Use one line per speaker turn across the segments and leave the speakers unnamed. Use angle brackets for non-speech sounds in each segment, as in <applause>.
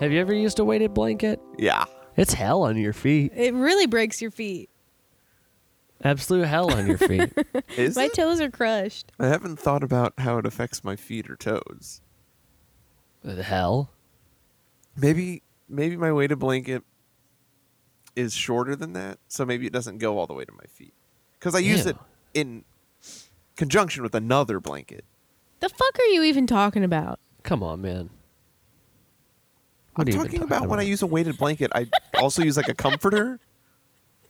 Have you ever used a weighted blanket?
Yeah.
It's hell on your feet.
It really breaks your feet.
Absolute hell on your feet.
Is
My
it?
toes are crushed.
I haven't thought about how it affects my feet or toes.
<laughs> the hell?
Maybe maybe my weighted blanket is shorter than that, so maybe it doesn't go all the way to my feet. Because I use
Ew.
it in conjunction with another blanket.
The fuck are you even talking about?
Come on, man. What
I'm
are you even
talking about when I use a weighted blanket. I also use like a comforter.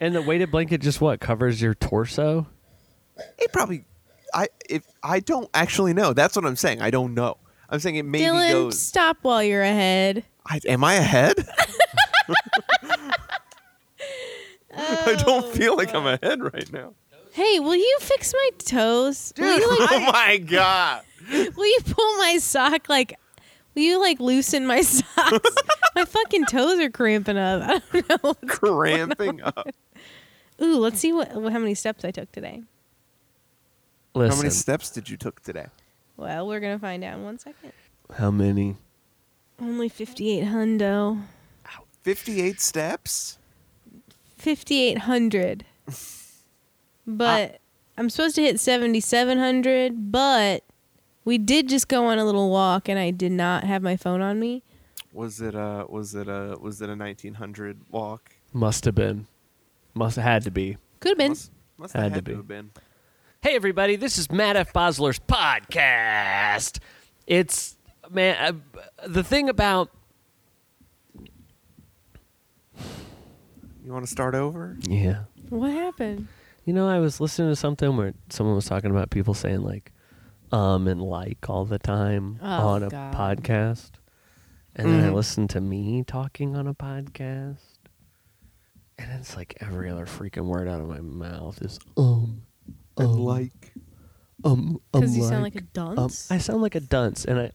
And the weighted blanket just what covers your torso?
It probably, I if I don't actually know. That's what I'm saying. I don't know. I'm saying it maybe
Dylan,
goes.
stop while you're ahead.
I, am I ahead? <laughs> I don't feel like I'm ahead right now.
Oh. Hey, will you fix my toes? Will you, like,
<laughs> oh my god!
will you pull my sock like will you like loosen my <laughs> socks? my fucking toes are cramping up. <laughs> I don't know. what's-
Cramping up.
Ooh, let's see what how many steps I took today.
Listen,
How many steps did you took today?
Well, we're gonna find out in one second.
how many?
Only fifty eight hundo.
Fifty-eight steps.
Fifty eight <laughs> hundred. But I'm supposed to hit seventy seven hundred, but we did just go on a little walk and I did not have my phone on me.
Was it a was it a was it a nineteen hundred walk?
Must have been. Must had to be.
Could have been.
Must, must have
Had
had,
to
to
be.
have been.
Hey everybody, this is Matt F. Bosler's podcast. It's man, uh, the thing about
You want to start over?
yeah.
What happened?
You know, I was listening to something where someone was talking about people saying like um and like all the time
Oh,
on a
God. Mm-hmm.
podcast. And then I
Mhm.
listened to me talking on a podcast. And it's like every other freaking word out of my mouth is um
And
um,
like,
um um
Because you sound like a
um,
dunce.
I sound like a dunce and I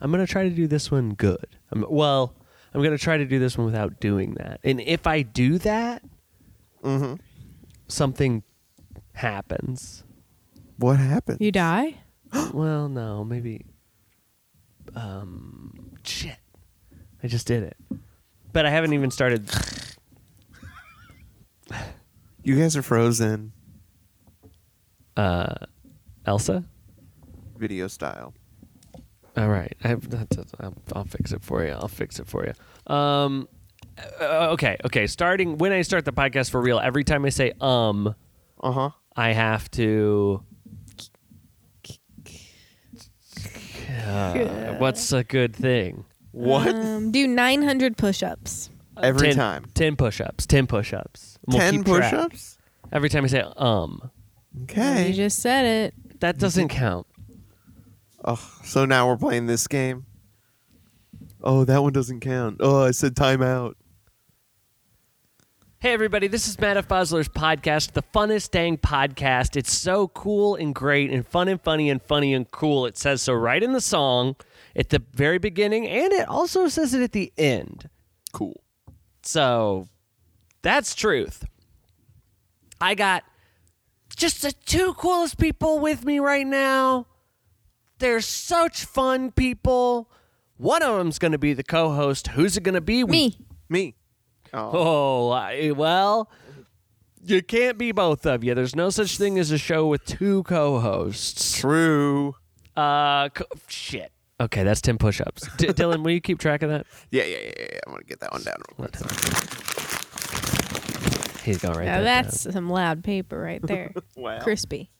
I'm going to try to do this one good. I'm, well, I'm going to try to do this one without doing that. And if I do that,
mm-hmm.
something happens.
what happened?
you die?
well, no, maybe. Um, shit, I just did it, but I haven't even started.
You guys are frozen,
Uh, Elsa.
video style.
All right, I, that's, that's- I'll, I'll fix it for you. I'll fix it for you. Um, uh, okay, okay. Starting when I start the podcast for real, every time I say um,
Uh huh.
I have
<laughs>
to. Uh, what's a good thing?
What?
Um, do 900 push ups.
Every
10
time.
10 push ups. 10 push ups.
Ten push-ups.
Every time I say um.
Okay.
You just said it.
That doesn't count.
oh, so now we're playing this game. Oh, that one doesn't count. Oh, I said timeout.
Hey everybody, this is Matt F. Bosler's podcast, the funnest dang podcast. It's so cool and great and fun and funny and funny and cool. It says so right in the song at the very beginning and it also says it at the end.
Cool.
So that's truth. I got just the two coolest people with me right now. They're such fun people. One of them's going to be the co host. Who's it going to be? We
Me.
Me. Oh,
Oh, I, well, you can't be both of you. There's no such thing as a show with two co-hosts.
true.
Uh, co- shit. Okay, that's 10 push-ups. <laughs> D- Dylan, will you keep track of that?
Yeah, yeah, yeah, yeah. yeah. I'm gonna get that one down. Real quick.
He's going right
Now
there.
that's some loud paper right <laughs> there.
Wow.
Crispy.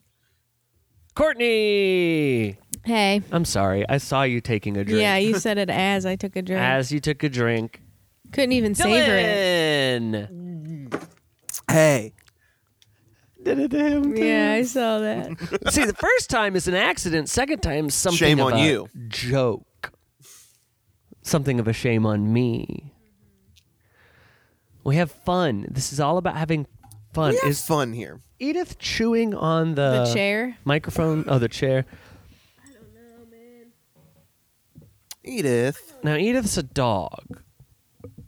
Courtney.
Hey.
I'm sorry. I saw you taking a drink.
Yeah, you said it <laughs> as I took a drink.
As you took a drink.
Couldn't even savor it.
Dylan.
Hey.
Did it to him.
Yeah, <laughs> I saw that.
See, the first time is an accident. Second time, something
Shame
of
on
a
you.
joke. Something of a shame on me. We have fun. This is all about having fun.
It's
Is
fun here.
Edith chewing on the,
the chair.
microphone? Oh, the chair.
Edith. Mm-hmm.
Now Edith's a dog.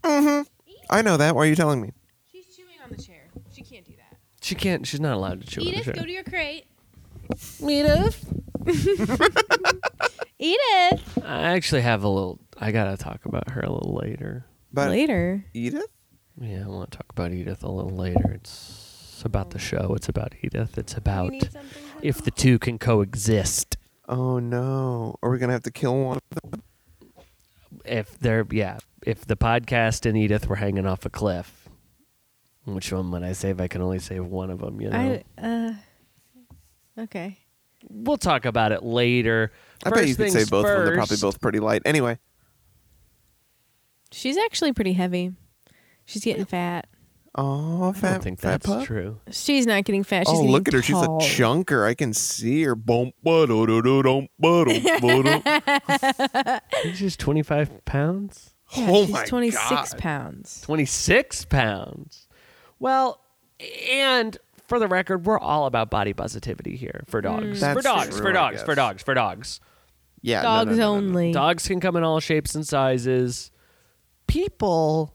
I know that. Why are you telling me?
She's chewing on the chair. She can't do that.
She can't. She's not allowed to chew on the chair.
your crate. Edith. Edith. <laughs>
I actually have a little I gotta talk about her a little later.
But
Later.
Edith?
Yeah, I want to talk about Edith a little later. It's about the show. It's about Edith. It's about if the two can coexist.
Oh no. Are we gonna have to kill one of them?
If they're yeah, if the podcast and Edith were hanging off a cliff, which one would I save? I can only save one of them. You know,
I uh okay.
we'll talk about it later.
I bet
First
you could say
things
both of them. They're probably
first-
both pretty light. Anyway.
She's actually pretty heavy. She's getting fat.
Oh
I
fat,
don't think
fat
that's
pup?
true.
She's not getting fat. She's
oh
getting
look at her,
tall.
she's a chunker. I can see her. Boom ba-do-do-do-dum, ba-dum,
<laughs>
ba-dum.
She's twenty five pounds.
Yeah,
Oh
she's
my
26
God.
pounds.
26 pounds. Well, and for the record, we're all about body positivity here for dogs.
That's
for dogs,
true,
for
I
dogs,
guess.
for dogs, for dogs.
Yeah. no, no,
Dogs
no, no, no.
only.
Dogs can come in all shapes and sizes. People,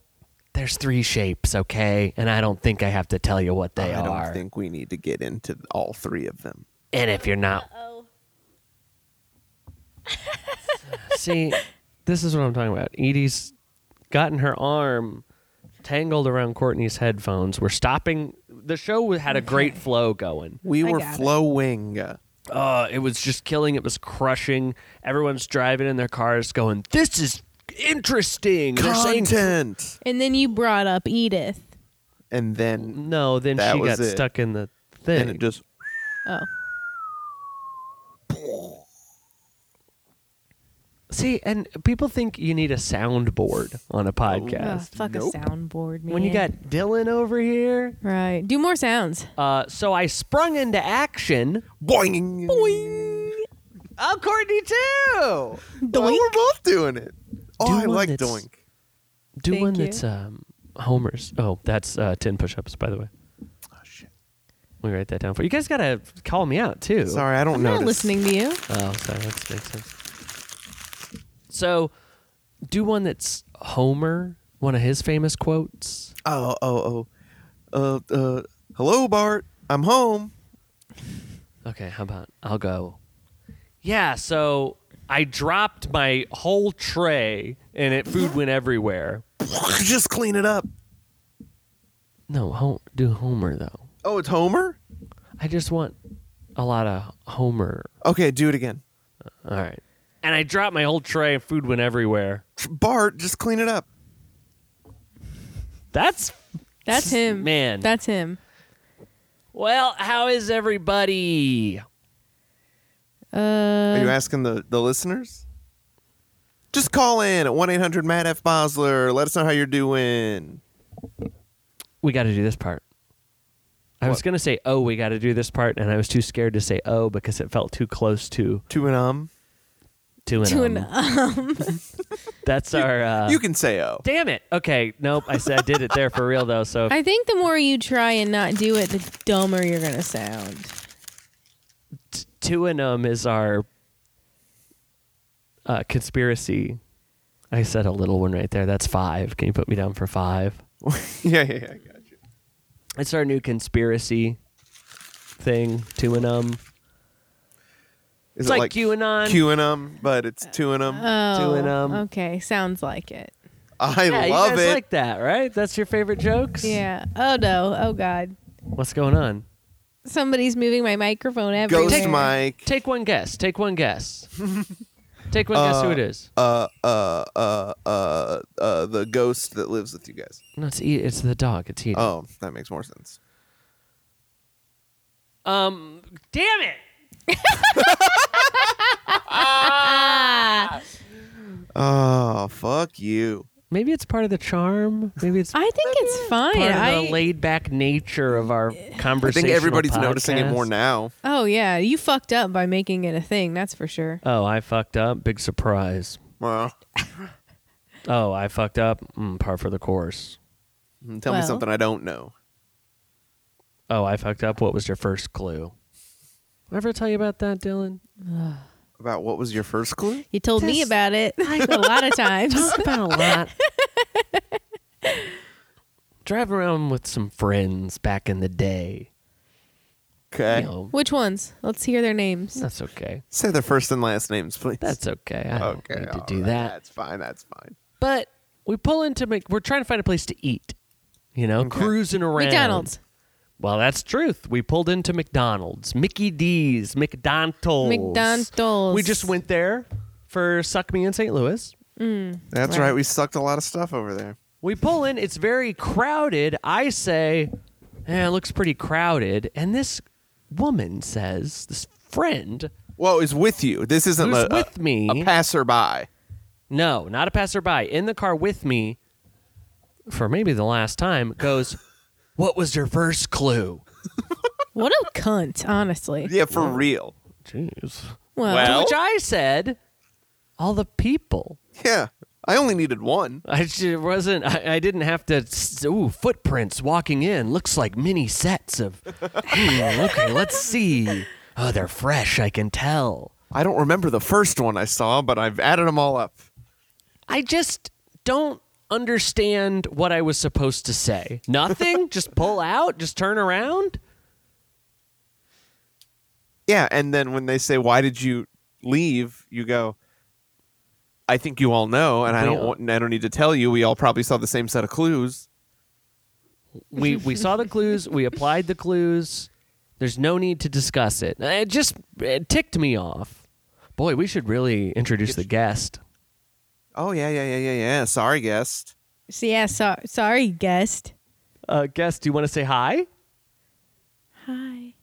there's three shapes, okay? And I don't think I have to tell you what they
I don't
are.
think we need to get into all three of them.
and if you're not, see, this is what I'm talking about. Edie's gotten her arm tangled around Courtney's headphones. We're stopping. The show had a great flow going.
We
I
were
got it.
flowing.
uh, it was just killing. It was crushing. Everyone's driving in their cars, going, "This is interesting." They're saying-
Content.
And then you brought up Edith.
And then
no, then
That
she
was
got
it.
stuck in the
and
thing.
it just
Oh.
See, and people think you need a soundboard
Oh,
on a
Ugh,
podcast.
fuck
nope.
a soundboard, man.
when you got Dylan over here,
Right. Do more sounds.
uh, so I sprung into action.
boing. Boing.
Oh, Courtney too. <laughs>
Well, Oh, we're both doing it. Oh, I
Doing
like
it's-
doink.
Do
Thank
one
you.
that's um, Homer's. Oh, that's uh, ten push-ups, by the way.
Oh, shit.
Let me write that down for you. guys. Gotta call me out too.
Sorry, I don't
I'm
know.
not listening to you.
Oh, sorry, that makes sense. So, do one that's Homer, one of his famous quotes.
Oh, oh, oh. Uh, uh, hello, Bart. I'm home.
Okay, how about I'll go. Yeah, so I dropped my whole tray and it food went everywhere.
Just clean it up.
No, hom- do Homer though.
Oh, it's Homer.
I just want a lot of Homer.
Okay, do it again.
All right. And I dropped my whole tray and food went everywhere.
Bart, just clean it up.
That's <laughs>
That's him.
Man.
That's him.
well, how is everybody?
Uh,
Are you asking the, the listeners? Just call in at 1 800 Matt F. Bosler. Let us know how you're doing.
we got to do this part. I was
What?
going to say, oh, we got to do this part, and I was too scared to say, oh, because it felt too close to
To and um.
to an.
to
um.
an <laughs> um.
That's our. Uh,
you can say oh.
damn it. Okay. Nope. I said I did it there for real though.
<laughs>
So
I think the more you try and not do it, the dumber you're gonna sound.
t- to an um is our uh, conspiracy. I said a little one right there. That's five. Can you put me down for five?
<laughs> yeah, yeah, yeah. I got you.
It's our new conspiracy thing. To an um.
Is
it's like, QAnon. Uh,
Q and um, but it's two and um.
Oh,
an um.
okay, sounds like it.
I
yeah,
love
you guys
it.
like that, right? That's your favorite jokes.
Yeah. Oh no. Oh god.
What's going on?
Somebody's moving my microphone everywhere.
Ghost Mike.
Take one guess. Take one
<laughs>
guess. take one guess who it is.
Uh, uh, uh, uh, uh, the ghost that lives with you guys.
No, it's E- it's the dog. It's Edie.
Oh, that makes more sense.
Um, damn it!
Oh, fuck you.
Maybe it's part of the charm. Maybe it's
I think it's fine.
part of
I,
the laid back nature of our
Oh, I
conversation.
think everybody's noticing it more now.
oh yeah, you fucked up by making it a thing. That's for sure.
Oh, I fucked up. Big surprise.
Well,
Oh, I fucked up. Mm, par for the course.
tell me
Well.
something I don't know.
Oh, I fucked up. What was your first clue? Ever tell you about that, Dylan?
About what was your first clue?
You told me
Just-
about it <laughs> a lot of times.
Talk about a
<laughs>
lot. Driving around with some friends back in the day.
Okay.
You know,
Which ones? Let's hear their names.
that's okay.
Say their first and last names, please.
That's okay. I don't
okay.
need to
all
do
right,
that.
That's fine. That's fine.
But we pull into Mc- we're trying to find a place to eat. You know, cruising around.
McDonald's.
Well, that's truth. We pulled into McDonald's, Mickey D's, McDonald's.
McDonald's.
We just went there for Suck Me in St. Louis.
That's
Right.
right. We sucked a lot of stuff over there.
We pull in, it's very crowded. I say, eh, it looks pretty crowded. And this woman says, this friend,
Well, it's with you. This isn't
Who's
a, a-
with me?
uh, a passerby.
no, not a passerby, in the car with me for maybe the last time, goes, What was your first clue?
What a cunt, honestly.
Yeah, for real.
Jeez.
Well,
Well-
To which I said, All the people.
Yeah. I only needed one.
I just wasn't. I, I didn't have to. s- Ooh, footprints walking in looks like mini sets <laughs> of. hmm, okay, let's see. Oh, they're fresh. I can tell.
I don't remember the first one I saw, but I've added them all up.
I just don't understand what I was supposed to say. <laughs> Nothing. just pull out. Just turn around.
Yeah, and then when they say, "Why did you leave?" you go, "I think you all know, and I
We
don't
all-
want, and I don't need to tell you. We all probably saw the same set of clues."
We we saw the clues. We applied the clues. There's no need to discuss it. It just it ticked me off. Boy, we should really introduce the guest.
Oh yeah, yeah, yeah, yeah, yeah. Sorry, guest.
so yeah, so- sorry, guest.
Uh, guest, do you want to say hi?
Hi.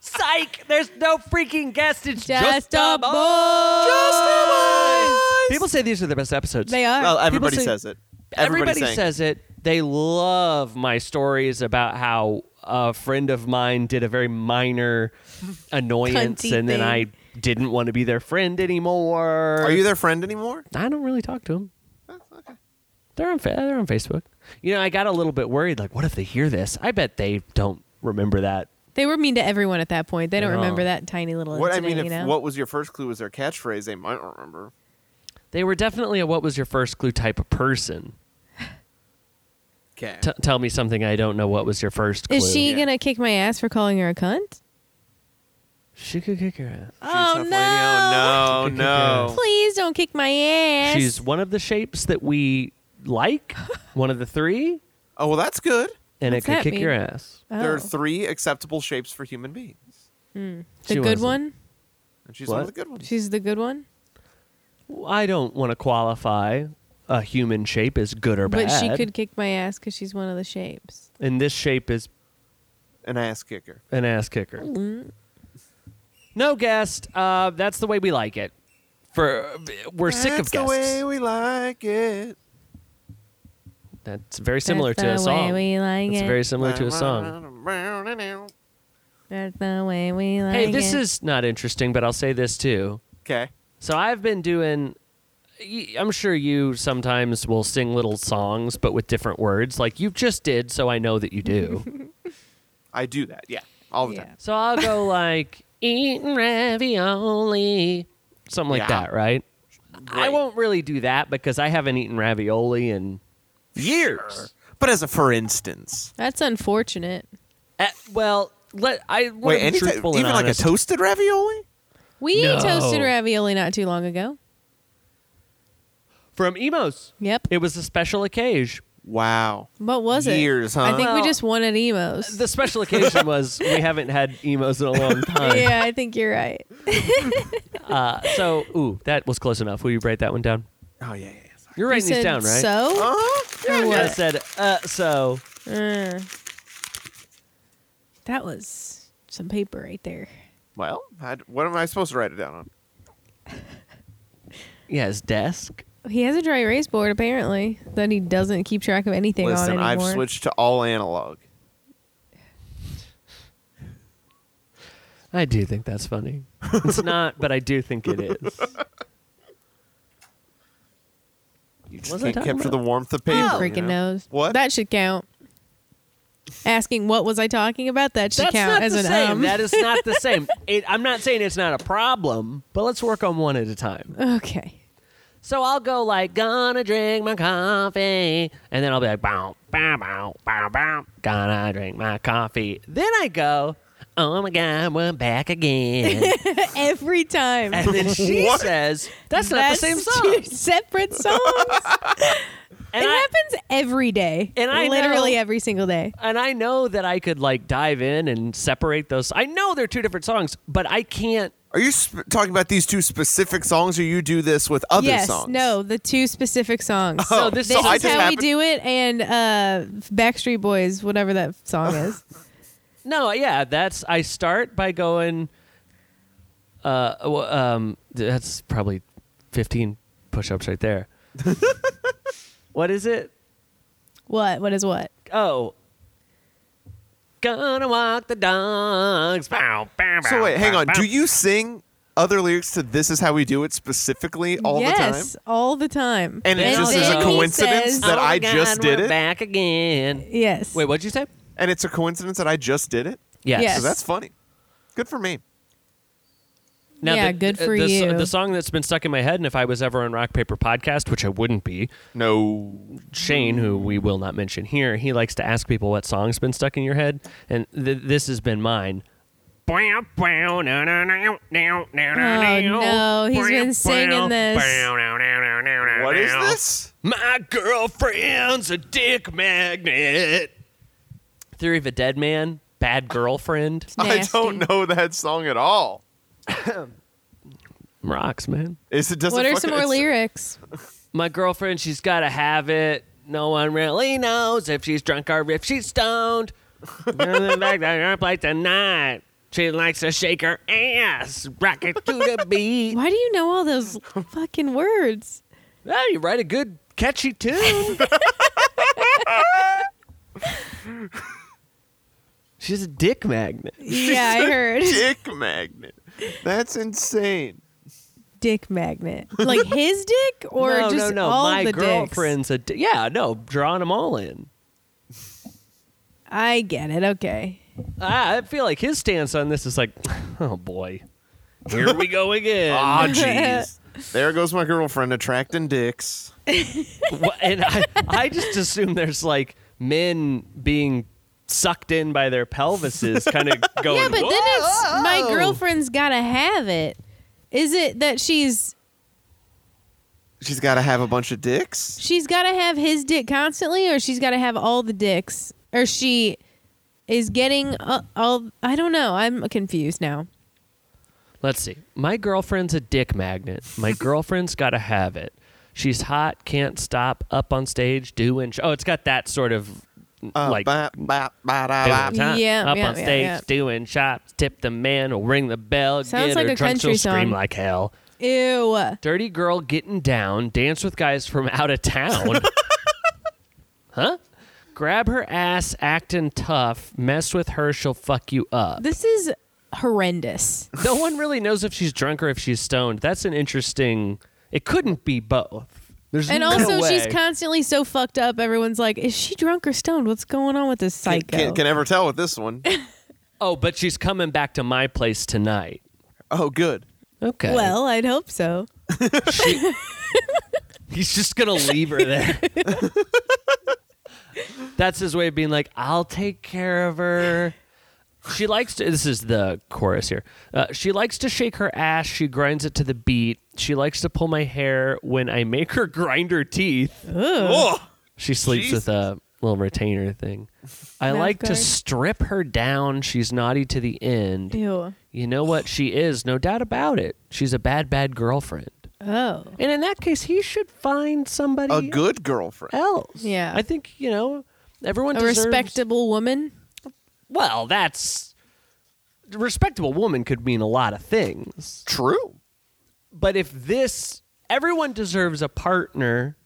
Psych! There's no freaking guest. It's
Just, a boy.
People say these are the best episodes.
They are.
Well, everybody
say-
says it.
Everybody,
saying it.
says it. They love my stories about how a friend of mine did a very minor
<laughs>
annoyance,
Cunty
and then I
thing.
didn't want to be their friend anymore.
"Are you Oh, their friend anymore?"
I don't really talk to them. They're on fa- they're on Facebook. You know, I got a little bit worried. Like, what if they hear this? I bet they don't remember that.
they were mean to everyone at that point. They don't
They're
remember
all-
that tiny little
What I
incident,
mean, if
you know?
what was your first clue was their catchphrase, they might remember.
They were definitely a "What was your first clue?" type of person.
Okay.
T- tell me something I don't know. What was your first clue?
Is she
Yeah.
gonna kick my ass for calling her a cunt?
She could kick your ass.
oh
no,
no.
no.
Please don't kick my ass.
She's one of the shapes that we
<laughs>
like, one of the three,
Oh well, that's good.
and
What's
it could
that
kick
mean?
your ass.
oh,
There are three acceptable shapes for human beings,
the
She
good
wasn't.
one.
and she's
What?
one of the good ones.
She's the good one,
I don't want to qualify a human shape as good or bad.
but she could kick my ass because she's one of the shapes.
And this shape is
An ass kicker.
an ass kicker.
Mm.
No guest. Uh, that's the way we like it. For we're sick of
That's the
guests.
way we like it.
that's very similar
That's
to a
the
song.
way we like
it's
it. Uh-huh.
very similar to a song.
That's the way we like
Hey, this
it.
is not interesting, but I'll say this too.
Okay.
So I've been doing. y- I'm sure you sometimes will sing little songs, but with different words, like you just did. So I know that you
<laughs>
do.
I do that. Yeah. All the
Yeah.
time.
so I'll go like eating ravioli, something like
Yeah.
that, right? I
Right.
won't really do that because I haven't eaten ravioli in years.
But as a for instance.
That's unfortunate.
Uh, well, let I
Wait,
want to be
any type-
truthful
even
and
like a
honest.
toasted ravioli?
We
No.
toasted ravioli not too long ago.
from Emos.
Yep.
It was a special occasion.
Wow.
what was it?
Years, huh?
I think
Well-
we just wanted emos.
The special occasion
<laughs>
was we haven't had emos in a long time.
yeah, I think you're right.
Uh, so, ooh, that was close enough. Will you write that one down?
Oh yeah, yeah. yeah, Sorry.
You're writing
you
these
said
down, right?
So.
Oh,
Or
I
what?
said, uh, so.
Uh, that was some paper right there.
Well, I, what am I supposed to write it down on?
Yeah, his desk.
He has a dry erase board apparently that he doesn't keep track of anything
Listen,
on
I've
anymore.
switched to all analog.
I do think that's funny. <laughs> It's not, but I do think it is.
You
What
just
was I talking
can't capture
about?
the warmth of
Who
paper. you
Oh. freaking
know?
knows.
What?
That should count. Asking what was I talking about? That should
That's
count
not
as
the
an
same.
um.
That is not <laughs> the same. It, I'm not saying it's not a problem, but let's work on one at a time.
okay.
So I'll go like, gonna drink my coffee, and then I'll be like, bow, bow, bow, bow, bow, gonna drink my coffee. Then I go, oh my god, we're back again.
Every time.
and then <laughs> she
What?
says, that's, not the same song.
two
<laughs>
separate songs.
And
it
I,
happens every day.
And I
literally
know-
every single day.
and I know that I could like dive in and separate those. I know they're two different songs, but I can't.
Are you sp- talking about these two specific songs, or you do this with other
yes.
songs?
No, the two specific songs.
So this
so
is
I
This is
just
how we
happen-
do it, and uh, Backstreet Boys, whatever that
<laughs>
song is.
No, yeah, that's I start by going. Uh, w- um, th- that's probably fifteen push-ups right
<laughs>
there. what is it?
What? What is what?
Oh, gonna walk the dogs. Bow, bow, bow,
So wait, hang
bow,
on.
bow.
Do you sing other lyrics to "This Is How We Do It" specifically all
yes,
the time?
all the time.
And it
And
just is
then he
a coincidence
says-
that
Oh
I
my God,
just did
we're
it,
Back again.
Yes.
Wait, what'd you say?
and it's a coincidence that I just did it.
Yes.
So that's funny. Good for me.
Yeah, good for
the,
you.
The song that's been stuck in my head, and if I was ever on Rock Paper Podcast, which I wouldn't be,
No.
Shane, who we will not mention here, he likes to ask people what song's been stuck in your head, and th- this has been mine. Oh
no,
no,
Oh, he's been singing this.
What is this?
My girlfriend's a dick magnet. Theory of a Dead Man, Bad Girlfriend.
I don't
Nasty.
know that song at all.
Rocks, man.
Is it doesn't
What are
fucking-
some more
it's-
lyrics?
my girlfriend, she's got to have it. No one really knows if she's drunk or if she's stoned. <laughs> Coming back to her place tonight. She likes to shake her ass, rock it to the
<laughs>
beat.
Why do you know
<laughs>
all those fucking words?
Well, you write a good catchy tune. she's a dick magnet.
Yeah, I heard. <laughs>
Dick magnet. That's insane.
Dick magnet. Like his dick or
no,
just
no, no.
all
my
the dicks?
girlfriend's a dick. Yeah, no, drawing them all in.
I get it. Okay.
I I feel like his stance on this is like, <laughs> oh boy, here we go again.
<laughs> Ah, jeez. there goes my girlfriend attracting dicks.
Wha- and I, I just assume there's like men being sucked in by their pelvises, kind of going.
<laughs> Yeah, but then it's
"Whoa."
my girlfriend's gotta have it. Is it that she's
She's got to have a bunch of dicks.
she's gotta have his dick constantly, or she's gotta have all the dicks, or she is getting uh, all? I don't know. I'm confused now.
Let's see. My girlfriend's a dick magnet. My girlfriend's got to have it. She's hot, can't stop, up on stage, doing. Sh- oh, it's got that sort of
Uh,
like
bop, bop, bop, bop,
doing
bop.
time.
Yeah,
up
yeah,
on
yeah,
stage,
yeah.
doing shots, tip the man, will ring the bell,
Sounds
get
like
her
a
drunk, she'll
country
scream
song.
like hell.
Ew.
Dirty girl getting down, dance with guys from out of
<laughs>
town. huh? Grab her ass, acting tough, mess with her, she'll fuck you up.
This is horrendous.
no one really knows if she's drunk or if she's stoned. That's an interesting. It couldn't be both. There's
And
no
also,
way.
she's constantly so fucked up. Everyone's like, "Is she drunk or stoned? What's going on with this
Can't,
psycho?"
can't- can never tell with this
<laughs>
one.
oh, but she's coming back to my place tonight.
Oh, good.
Okay.
Well, I'd hope so.
She- he's just gonna leave her there. That's his way of being like, I'll take care of her. She likes to. This is the chorus here. Uh, she likes to shake her ass. She grinds it to the beat. She likes to pull my hair when I make her grind her teeth.
Oh,
She sleeps
Jesus.
with a little retainer thing. I
Mouth
like to
guard.
strip her down. She's naughty to the end.
Ew.
You know what? She is, no doubt about it. She's a bad, bad girlfriend.
Oh.
And in that case, he should find somebody
a good girlfriend.
else.
Yeah.
I think, you know, everyone
A
deserves...
respectable woman.
Well, that's... Respectable woman could mean a lot of things.
True.
But if this... Everyone deserves a partner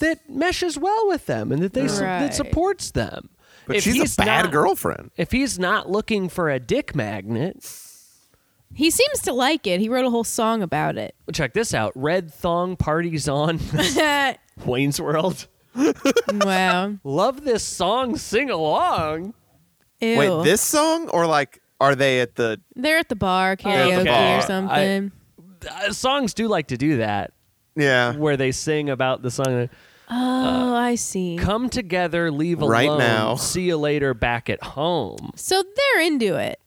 that meshes well with them and that they su-
Right.
that supports them.
But
If
she's
he's
a bad
not-
girlfriend.
If he's not looking for a dick magnet,
He seems to like it. He wrote a whole song about it.
check this out. Red thong parties on <laughs> Wayne's World.
<laughs> wow.
Love this song. Sing along.
Ew.
Wait, this song or like are they at the
They're at the bar
at
karaoke
the
bar.
or
I-
something.
Uh, songs do like to do that.
Yeah.
where they sing about the song
uh,
Oh, I see.
"Come Together, Leave Alone."
Right now. <laughs>
see you later. Back at home.
So they're into it.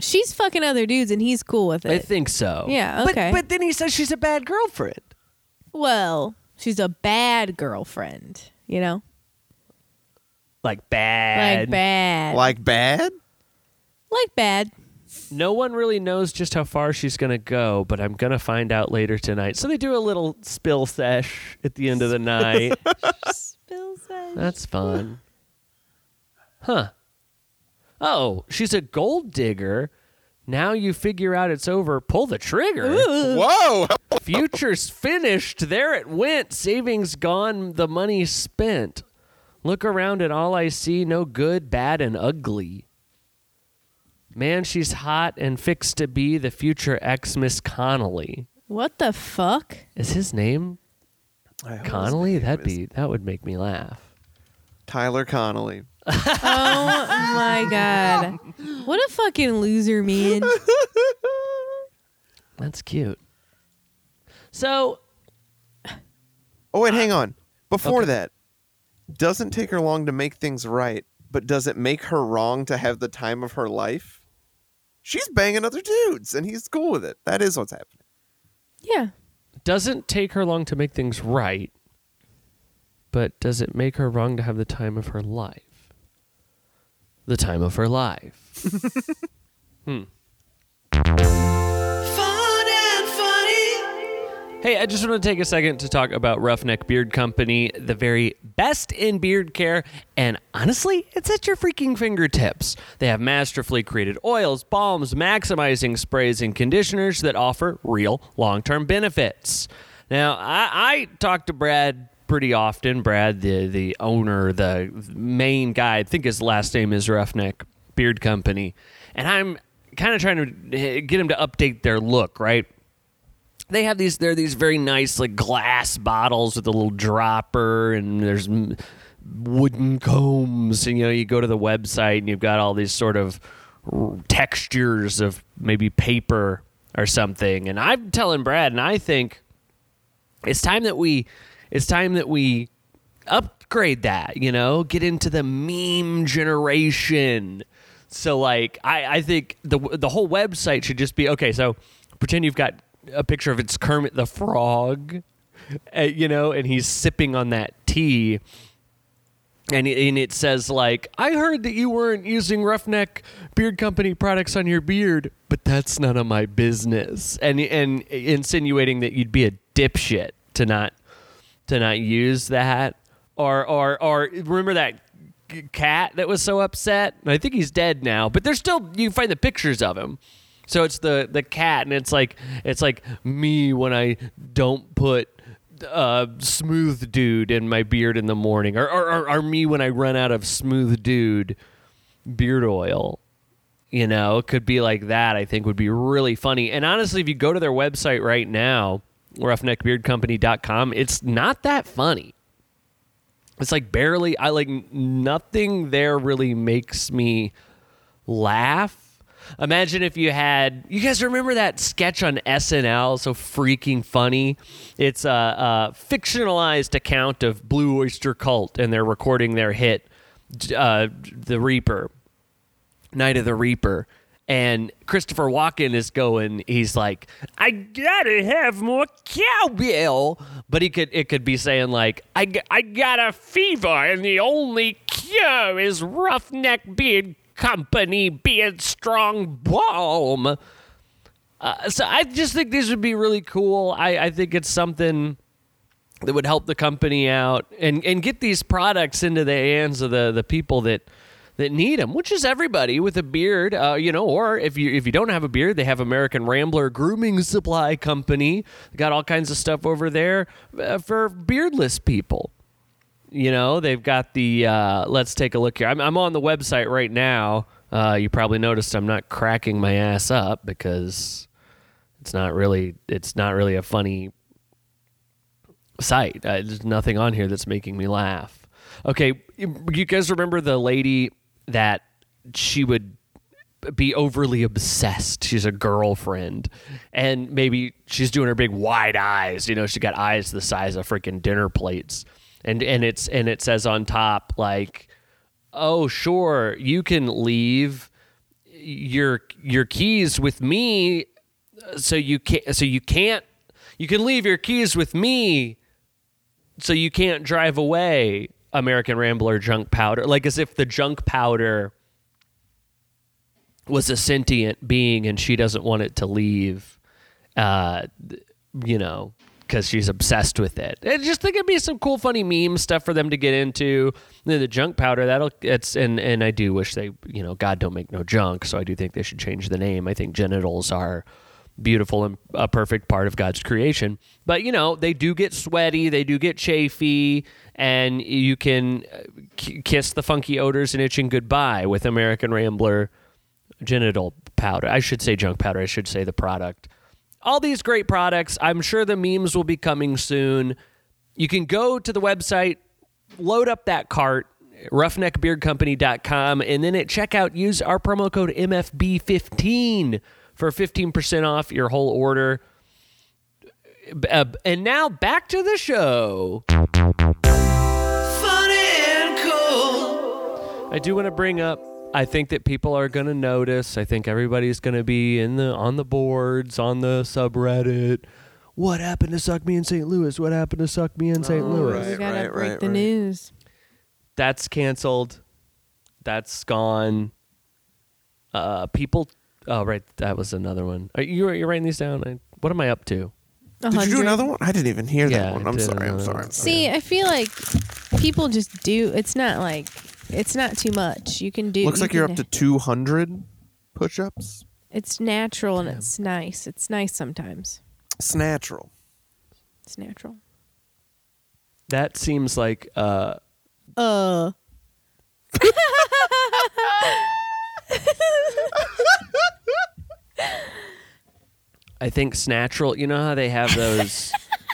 She's fucking other dudes and he's cool with it.
I think so.
Yeah, okay.
But but then he says she's a bad girlfriend.
well, she's a bad girlfriend, you know?
Like bad.
Like bad.
Like bad?
Like bad.
No one really knows just how far she's gonna go, but I'm gonna find out later tonight. So they do a little spill sesh at the end of the
<laughs>
night.
Spills out.
That's fun. Huh. Oh, she's a gold digger. Now you figure out it's over. Pull the trigger.
Whoa.
Futures finished. There it went. Savings gone. The money spent. Look around at all I see. No good, bad, and ugly. Man, she's hot and fixed to be the future ex Miss Connolly.
What the fuck?
Is his name Connolly? That'd be that would make me laugh.
Tyler Connolly.
Oh
<laughs>
my god. What a fucking loser, man.
That's cute. So
Oh wait, hang on. Before that, doesn't take her long to make things right, but does it make her wrong to have the time of her life? She's banging other dudes, and he's cool with it. That is what's happening.
Yeah.
doesn't take her long to make things right, but does it make her wrong to have the time of her life? The time of her life. Hey, I just want to take a second to talk about Roughneck Beard Company, the very best in beard care, and honestly, it's at your freaking fingertips. They have masterfully created oils, balms, maximizing sprays, and conditioners that offer real long term benefits. Now, I, I talk to Brad pretty often. Brad, the, the owner, the main guy, I think his last name is Roughneck Beard Company, and I'm kind of trying to eh, get him to update their look, right? they have these they're these very nice like glass bottles with a little dropper and there's m- wooden combs and you know you go to the website and you've got all these sort of r- textures of maybe paper or something and i'm telling brad and i think it's time that we it's time that we upgrade that you know get into the meme generation so like i i think the the whole website should just be okay so pretend you've got a picture of it's kermit the frog uh, you know and he's sipping on that tea and it, and it says like i heard that you weren't using roughneck beard company products on your beard but that's none of my business and and insinuating that you'd be a dipshit to not to not use that or or or remember that g- cat that was so upset i think he's dead now but there's still you can find the pictures of him so it's the the cat and it's like it's like me when i don't put uh, smooth dude in my beard in the morning or, or, or, or me when i run out of smooth dude beard oil you know it could be like that i think would be really funny and honestly if you go to their website right now roughneckbeardcompany.com it's not that funny it's like barely i like n- nothing there really makes me laugh imagine if you had you guys remember that sketch on snl so freaking funny it's a, a fictionalized account of blue oyster cult and they're recording their hit uh, the reaper Night of the Reaper. And Christopher Walken is going, he's like, I gotta have more cowbell. But he could, it could be saying, like, I, g- I got a fever and the only cure is Roughneck Beard Company Beard Strong Balm. Uh, so I just think these would be really cool. I, I think it's something that would help the company out and, and get these products into the hands of the, the people that that need them, which is everybody with a beard, uh, you know, or if you if you don't have a beard, they have American Rambler Grooming Supply Company. Got all kinds of stuff over there uh, for beardless people. You know, they've got the. Uh, let's take a look here. I'm, I'm on the website right now. Uh, you probably noticed I'm not cracking my ass up because it's not really it's not really a funny site. Uh, there's nothing on here that's making me laugh. Okay, you guys remember the lady that she would be overly obsessed. She's a girlfriend, and maybe she's doing her big wide eyes. You know, she got eyes the size of freaking dinner plates, and and it's and it says on top like, "Oh, sure, you can leave your your keys with me, uh, so you can't so you can't you can leave your keys with me, so you can't drive away." American Rambler junk powder, like as if the junk powder was a sentient being and she doesn't want it to leave, uh, th- you know, because she's obsessed with it. I just think it'd be some cool, funny meme stuff for them to get into. You know, the junk powder that'll it's and and I do wish they you know God don't make no junk, so I do think they should change the name. I think genitals are beautiful and a perfect part of God's creation. But you know, they do get sweaty, they do get chafy, and you can uh, k- kiss the funky odors and itching goodbye with American Rambler genital powder. I should say junk powder. I should say the product. All these great products. I'm sure the memes will be coming soon. You can go to the website, load up that cart, roughneckbeardcompany.com, and then at checkout, use our promo code MFB15 for 15% off your whole order. Uh, and now back to the show. I do want to bring up. I think that people are going to notice. I think everybody's going to be in the on the boards, on the subreddit. What happened to suck me in St. Louis? What happened to suck me in St. Louis?
Right,
we gotta
right,
break
right,
the
right.
news.
That's canceled. That's gone. Uh, people. Oh, right. That was another one. Are you you're writing these down? I, what am I up to?
A
Did you do
hundred.
another one? I didn't even hear
Yeah,
that one.
I
I'm
did
sorry. I'm
another
sorry.
one.
I'm sorry.
See, I feel like people just do. It's not like it's not too much. You can do.
Looks
you
like you're
can-
up to 200 push-ups.
It's natural and it's nice. It's nice sometimes.
It's natural.
It's natural.
That seems like uh,
<laughs> Uh.
I think Snatchel. You know how they have those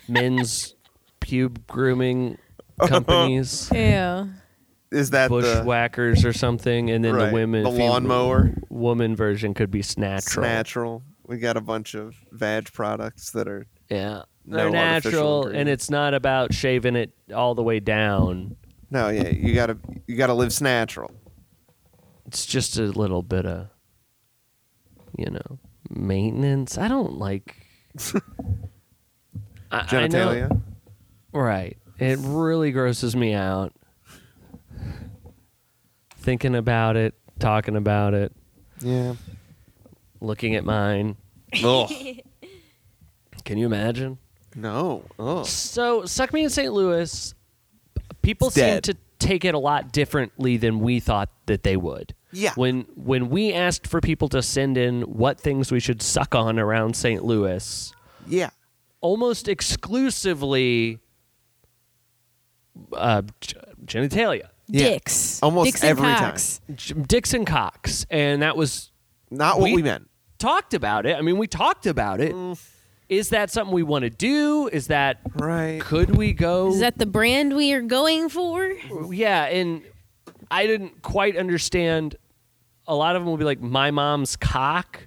men's pube grooming companies,
Yeah.
Is that the,
bushwhackers or something, and then
right,
the women
the
fem-
lawnmower?
woman version could be Snatchel.
natural. We got a bunch of vag products that are
Yeah,
No
they're
artificial
natural, and
ingredient.
it's not about shaving it all the way down.
no, yeah. You gotta you gotta live natural.
It's just a little bit of, you know, maintenance. I don't
<laughs>
like. I- I know-
Genitalia.
Right. It really grosses me out. Thinking about it, talking about it,
yeah.
looking at mine. <laughs>
Ugh.
Can you imagine?
no. Ugh.
So, Suck Me in St. Louis, people
It's
seem
dead.
to take it a lot differently than we thought that they would.
Yeah.
When when we asked for people to send in what things we should suck on around St. Louis,
Yeah.
almost exclusively uh, g- genitalia.
Yeah.
Dicks.
Almost
Dicks and
every time.
cocks.
J- Dixon Cox, and that was
Not what
We-
we, meant.
talked about it. I mean, we talked about it. Is
Mm.
that something we want to do? Is that
Right.
could we go?
Is that the brand we are going for?
yeah, and I didn't quite understand. A lot of them will be like, "My mom's cock."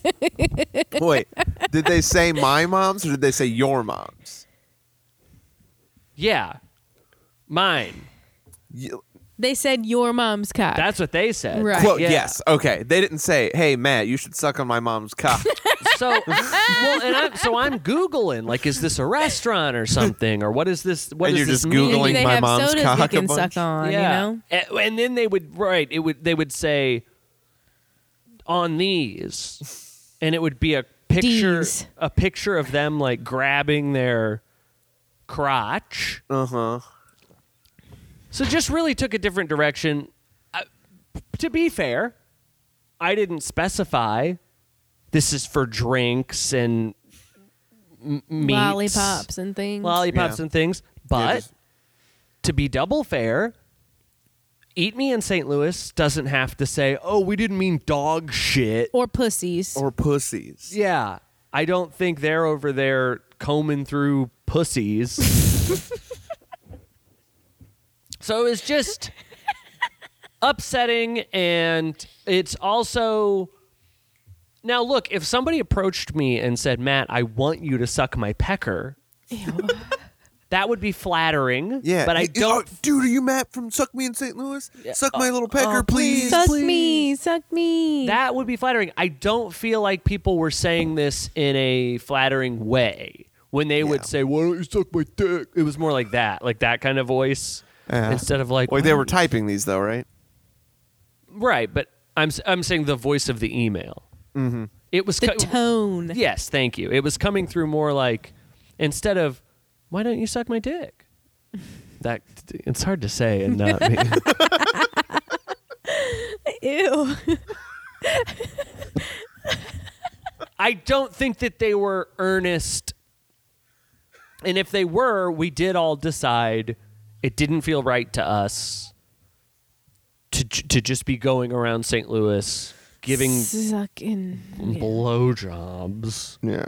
<laughs>
Wait. Did they say my mom's or did they say your mom's?
Yeah, mine.
You,
They said your mom's cock.
That's what they said.
Right.
quote,
Yeah.
Yes. Okay. They didn't say, "Hey, Matt, you should suck on my
<laughs>
mom's cock."
<laughs> So, well, and I'm, so I'm googling like, is this a restaurant or something, or what is this? What
And
does
you're
this
just
mean?
and do
Googling
they
my
have
mom's
sodas
cock
we
a
can
bunch?
suck on? You know.
A- And, then they would right, it would they would say on these and it would be a picture
These.
a picture of them like grabbing their crotch.
uh huh.
So just really took a different direction. Uh, to be fair, I didn't specify this is for drinks and m- meats,
Lollipops and things.
lollipops
Yeah.
and things. But
just-
to be double fair, Eat Me in St. Louis doesn't have to say, "Oh, we didn't mean dog shit."
or pussies.
Or pussies.
yeah, I don't think they're over there combing through <laughs> pussies. so it's just upsetting and it's also now look if somebody approached me and said matt i want you to suck my pecker <laughs> that would be flattering
Yeah,
but i
you- you-
don't
oh, dude, are you Matt from Suck Me in St. Louis? Suck my little pecker,
oh,
please.
suck
please.
me, suck me.
that would be flattering i don't feel like people were saying this in a flattering way when they would
Yeah.
say why don't you suck my dick it was more like that like that kind of voice
Yeah.
instead of like
Wait, they
"Why
were typing these though, right?
Right, but I'm s- I'm saying the voice of the email. Mm-hmm. It was
the
co-
tone.
yes, thank you. It was coming through more like instead of why don't you suck my dick? That it's hard to say and not me.
<laughs> Ew.
I don't think that they were earnest. And if they were, we did all decide it didn't feel right to us to j- to just be going around St. Louis giving
sucking.
blowjobs.
Yeah.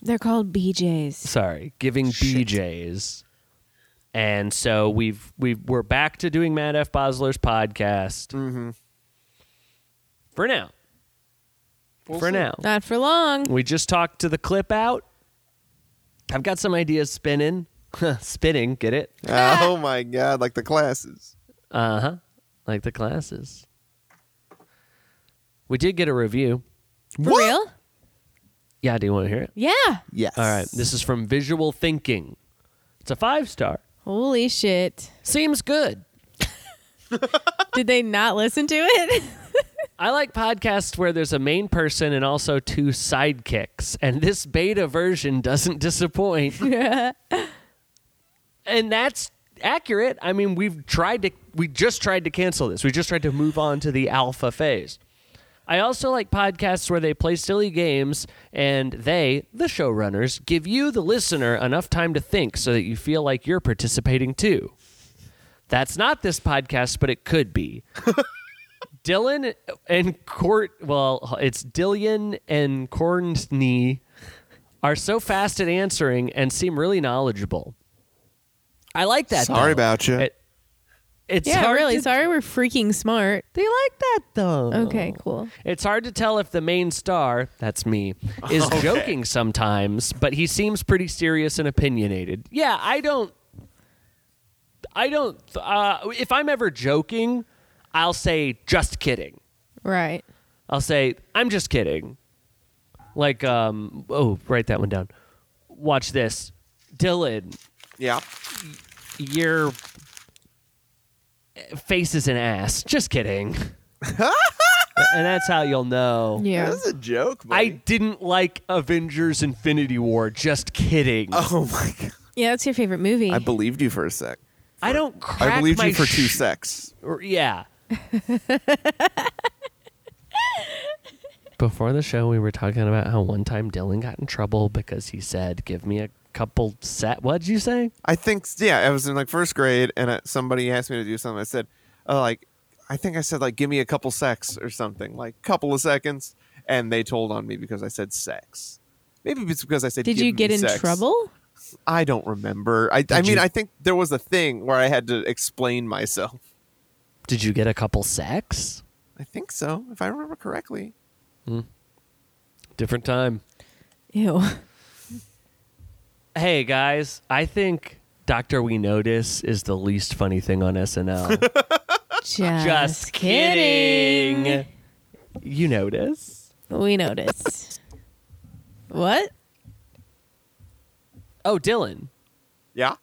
They're called BJ's.
sorry, giving BJ's. And so we've we we're have back to doing Matt F. Bosler's podcast for now. for now,
Not for long.
we just talked to the clip out. I've got some ideas spinning, <laughs> spinning. Get it? <laughs>
oh my god, like the classes.
Uh huh. Like the classes. We did get a review.
For real?
Yeah, do you want to hear it?
Yeah.
Yes.
All right. This is from Visual Thinking. It's a five star.
Holy shit.
Seems good.
Did they not listen to it? <laughs>
I like podcasts where there's a main person and also two sidekicks, and this beta version doesn't disappoint. and that's accurate. I mean, we've tried to, we just tried to cancel this. We just tried to move on to the alpha phase. I also like podcasts where they play silly games and they, the showrunners, give you, the listener, enough time to think so that you feel like you're participating too. That's not this podcast, but it could
<laughs>
be. Dylan and Court, well, it's Dillian and Corney are so fast at answering and seem really knowledgeable. I like that.
Sorry
though.
about you.
It- it's
yeah,
hard
really.
to-
Sorry, we're freaking smart.
They like that though.
Okay, cool.
It's hard to tell if the main star, that's me, is joking sometimes, but he seems pretty serious and opinionated. Yeah, I don't. I don't. Uh, if I'm ever joking, I'll say just kidding.
Right.
I'll say I'm just kidding. Like, um, oh, write that one down. Watch this, Dylan.
Yeah.
Your face is an ass. Just kidding. and that's how you'll know.
That
Yeah.
was a joke,
I
buddy.
didn't like Avengers Infinity War. Just kidding.
Oh my god.
Yeah, that's your favorite movie.
<laughs>
I believed you for a sec.
I don't crack
I believed
my
you
<laughs>
for two
sh-
secs.
or- yeah. <laughs> Before the show, we were talking about how one time Dylan got in trouble because he said, "Give me a couple set." What'd you say?
I think yeah, I was in like first grade and uh, somebody asked me to do something. I said, uh, like I think I said like give me a couple secs or something, like couple of seconds, and they told on me because I said sex. Maybe it's because I said
Did
"Give
you
me
get in
sex."
trouble?
I don't remember. I, I mean,
you-
I think there was a thing where I had to explain myself.
Did you get a couple sex?
I think so, if I remember correctly.
Different time.
<laughs>
Ew.
Hey guys, I think Doctor We Notice is the least funny thing on <laughs> SNL.
Just,
Just kidding. You notice?
We noticed. what?
Oh, Dylan.
Yeah.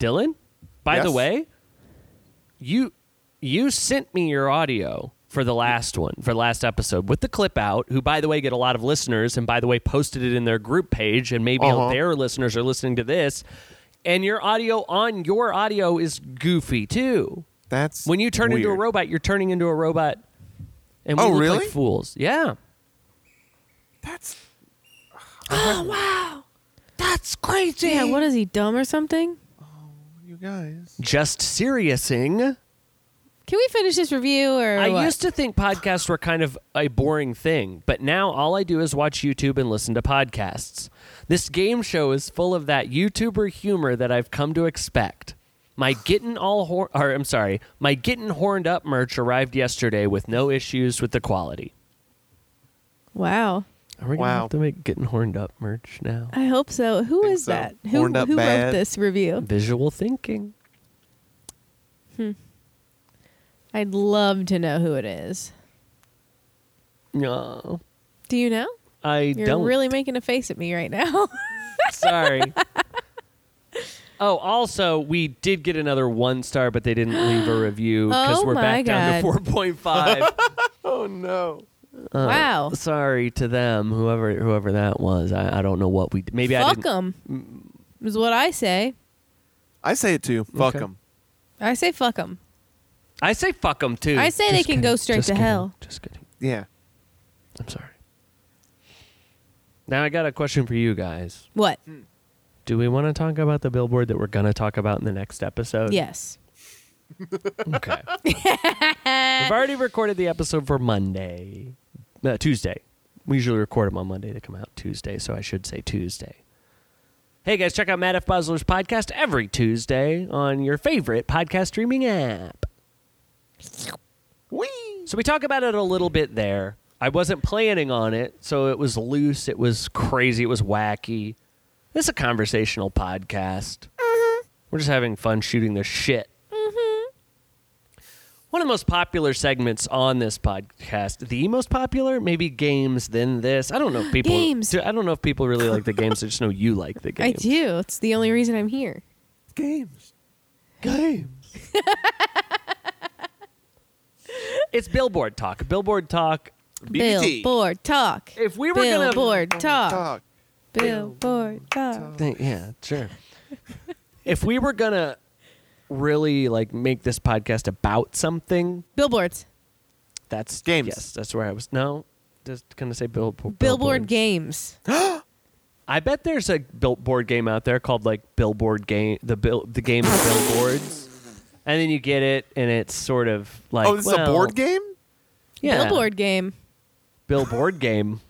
Dylan, by the
Yes?
way, you you sent me your audio for the last one, for last episode with the clip out, who by the way get a lot of listeners and by the way posted it in their group page and maybe
Uh-huh.
their listeners are listening to this. And your audio on your audio is goofy too.
That's
When you turn into a
weird.
robot, you're turning into a robot and we
Oh,
look
really?
like fools. Yeah.
That's
That's crazy.
Yeah, what is he, dumb or something?
you guys.
Just seriousing.
Can we finish this review or
I
what?
used to think podcasts were kind of a boring thing, but now all I do is watch YouTube and listen to podcasts. This game show is full of that YouTuber humor that I've come to expect. My getting all hor- or I'm sorry, my getting horned up merch arrived yesterday with no issues with the quality.
Wow.
Are we gonna
Wow.
have to make getting horned up merch now?
I hope so. Who
Think
is
so.
that? Who,
Horned up
who wrote
bad.
this review?
Visual thinking.
I'd love to know who it is.
No,
Do you know?
I
You're
don't.
really making a face at me right now.
Sorry. <laughs> oh, also, we did get another one star, but they didn't leave
<gasps>
a review because
Oh
we're
my
back down to
God.
four point five. Uh,
Oh no.
<laughs> wow.
Sorry to them, whoever whoever that was. I, I don't know what we d- <laughs> maybe I
Fuck
didn't.
them. Is what I say.
I say it too. Fuck
Okay.
'em.
I say fuck them.
I say fuck them too.
I say they can go straight
just
to
kidding,
hell.
Just kidding.
Yeah.
I'm sorry. Now I got a question for you guys.
What?
Do we want to talk about the billboard that we're gonna talk about in the next episode?
Yes.
Okay. We've already recorded the episode for Monday, uh, Tuesday. We usually record them on Monday. They come out Tuesday, so I should say Tuesday. Hey guys, check out Matt F. Bosler's podcast every Tuesday on your favorite podcast streaming app.
Wee.
So we talk about it a little bit there. I wasn't planning on it, so it was loose, it was crazy, it was wacky. This is a conversational podcast. We're just having fun shooting the shit. One of the most popular segments on this podcast, the most popular, maybe games than this. I don't know if people
Games.
I don't know if people really like the games. I just know you like the
<laughs> I
games.
do. It's the only reason I'm here.
Games. Games.
It's billboard talk. Billboard talk.
BBT.
Billboard talk.
If we were gonna
Billboard talk.
Talk.
Billboard talk.
Think- yeah, sure. if we were gonna really like make this podcast about something,
Billboards.
that's
Games.
Yes, that's where I was. No, just gonna say billboard. billboards.
Billboard games.
I bet there's a billboard game out there called like Billboard Game, the bill, the game of billboards, and then you get it, and it's sort of like
oh, this is a
well,
board game?
<gasps> Yeah,
Billboard game.
billboard game.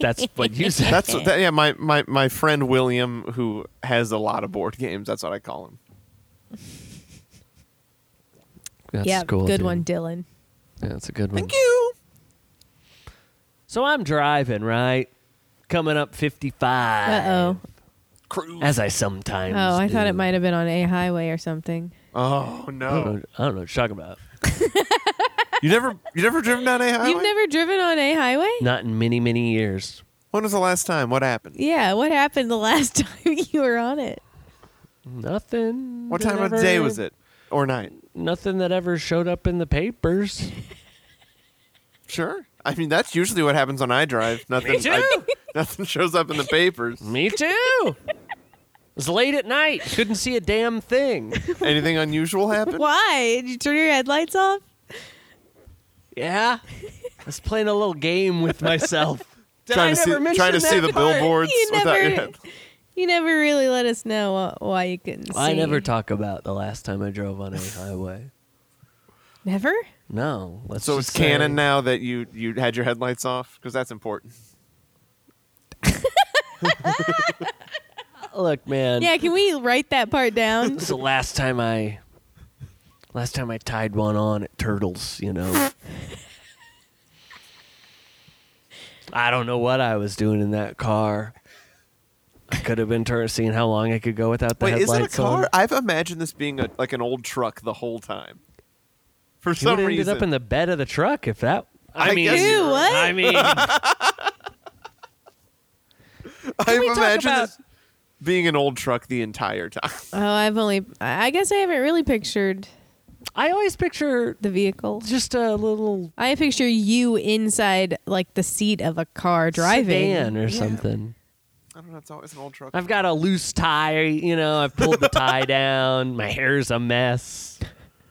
That's what you said.
That's
<laughs>
what that, yeah, my, my, my friend William who has a lot of board games, that's what I call him.
That's
<laughs> yeah,
cool.
good
dude.
one, Dylan.
Yeah, that's a good one.
Thank you.
So I'm driving right, coming up 55.
Uh oh.
Cruise.
As I sometimes.
Oh, I thought
do.
it might have been on a highway or something.
oh
I don't,
no.
know, I don't know what you're talking about.
you never you never driven down a highway?
You've never driven on a highway?
Not in many, many years.
When was the last time? What happened?
Yeah. What happened the <laughs> last time you were on it?
Nothing.
What
that
time of
ever-
day was it? Or night?
Nothing that ever showed up in the
<laughs>
papers.
Sure. I mean, that's usually what happens on iDrive.
<laughs>
Nothing,
Me too.
I- <laughs> nothing shows up in
<laughs>
the papers.
Me too. it was late at night. Couldn't see a damn
<laughs>
thing.
Anything unusual happen?
Why? Did you turn your headlights off?
Yeah. I was playing a little game with myself. Did
trying
I
to see,
never
trying to
mention
see
that
the
part?
billboards
You
without your
never-
head.
You never really let us know uh, why you couldn't see.
I never talk about the last time I drove on a highway.
Never?
No. Let's
So
just
it's
say-
canon now that you you had your headlights off because that's important.
Look, man.
Yeah, can we write that part down?
<laughs> This is the last time I last time I tied one on at Turtles, you
<laughs>
know. I don't know what I was doing in that car. I could have been tur- seeing how long I could go without the
Wait, is it a
headlights
car?
on.
I've imagined this being a, like an old truck the whole time. For
You would
some
have ended
reason,
up in the bed of the truck if that. I,
I
mean,
guess
Ew, what?
I
<laughs>
mean,
I've
we talk
imagined
about-
this being an old truck the entire time. <laughs>
oh, I've only. I I guess I haven't really pictured
I always picture
the vehicle.
just a little
I picture you inside like the seat of a car driving.
sedan or something.
I don't know. It's always an old truck.
I've got a loose tie, you know. I've pulled the tie down. My hair's a mess.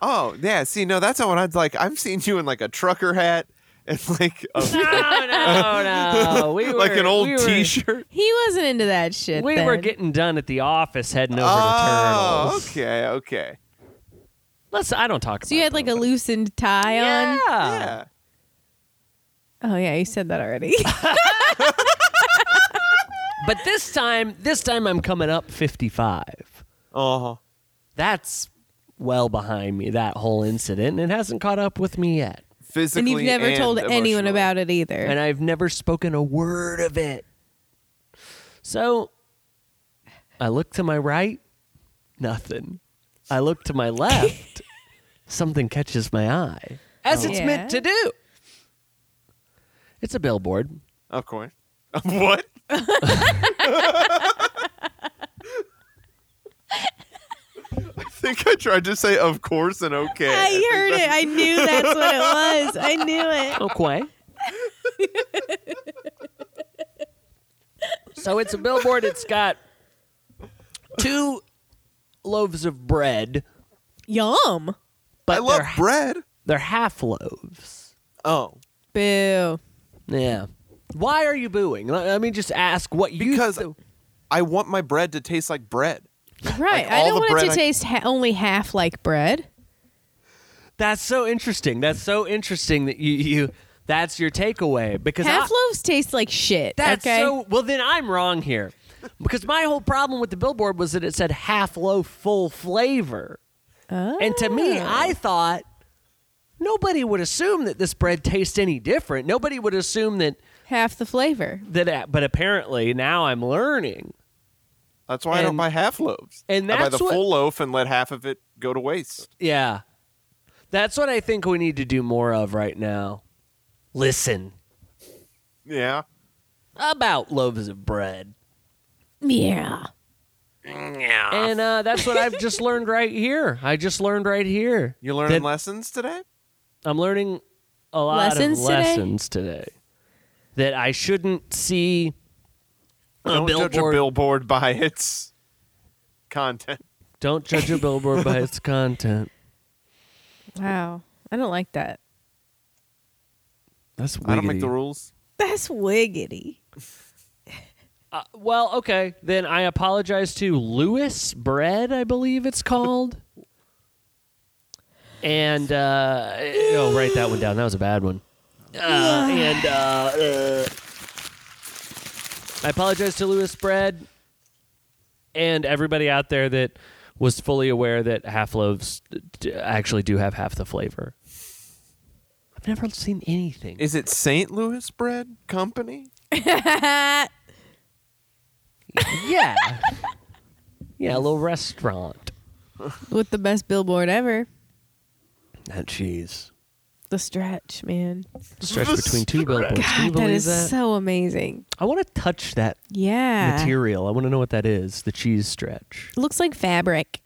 Oh yeah. See, no, that's not what I'd like. I'm seeing you in like a trucker hat and like
<laughs>
a,
no, no, no. <laughs> We were,
<laughs> like an old
we were-
T-shirt.
He wasn't into that shit.
We
then.
were getting done at the office, heading over
oh,
to Turtles.
okay, okay.
Let's. I don't talk.
So you
about
had like a
them.
loosened tie
yeah.
Yeah.
on. Oh yeah, you said that already.
But this time, this time I'm coming up 55.
Oh,
That's well behind me, that whole incident, and it hasn't caught up with me yet.
physically.
<laughs> And you've never
and
told anyone
emotionally.
about it either.
And I've never spoken a word of it. So I look to my right, nothing. I look to my <laughs> left, something catches my eye, as it's meant
Yeah.
to do. It's a billboard.
Of course. <laughs> what? I think I tried to say of course and okay.
I heard it. I knew that's what it was. <laughs> I knew it.
Okay. so it's a billboard. It's got two loaves of bread,
Yum.
but
I love
they're,
bread.
they're half loaves.
Oh.
Boo.
Yeah. Why are you booing? Let, let me just ask what you
Because
th-
I want my bread to taste like bread.
Right.
Like
I
all
don't
the
want it
bread
to
I-
taste ha- only half like bread.
that's so interesting. That's so interesting that you you that's your takeaway because I-
Half loaves taste like shit.
That's
okay.
so well. Then I'm wrong here, because my whole problem with the billboard was that it said half loaf, full flavor, and to me, I thought nobody would assume that this bread tastes any different. Nobody would assume that
half the flavor.
that. But apparently, now I'm learning.
That's why I don't
And-
buy half loaves.
and
I buy
that's
the
what-
full loaf and let half of it go to waste.
Yeah, that's what I think we need to do more of right now. Listen
Yeah.
about loaves of bread.
Yeah.
And uh, that's what I've just learned right here. I just learned right here.
You learning
That-
lessons today?
I'm learning a lot
Lessons
of
today?
lessons today? that I shouldn't see a
don't
billboard.
judge a billboard by its content.
don't judge a billboard by its content.
Wow. I don't like that.
That's
I don't make the rules.
That's wiggity.
Uh, well, okay, then I apologize to Lewis Bread, I believe it's called. and uh, oh, write that one down. That was a bad one. Uh, and uh, uh, I apologize to Lewis Bread and everybody out there that was fully aware that half loaves d- actually do have half the flavor. I've never seen anything.
Is it St. Louis Bread Company?
yeah, <laughs> yeah, a little restaurant.
<laughs> With the best billboard ever.
That cheese.
The stretch, man.
Stretch
The
between two billboards. Can you
God, that
believe
is
that?
so amazing.
I want to touch that
Yeah.
material. I want to know what that is. The cheese stretch.
Looks like fabric.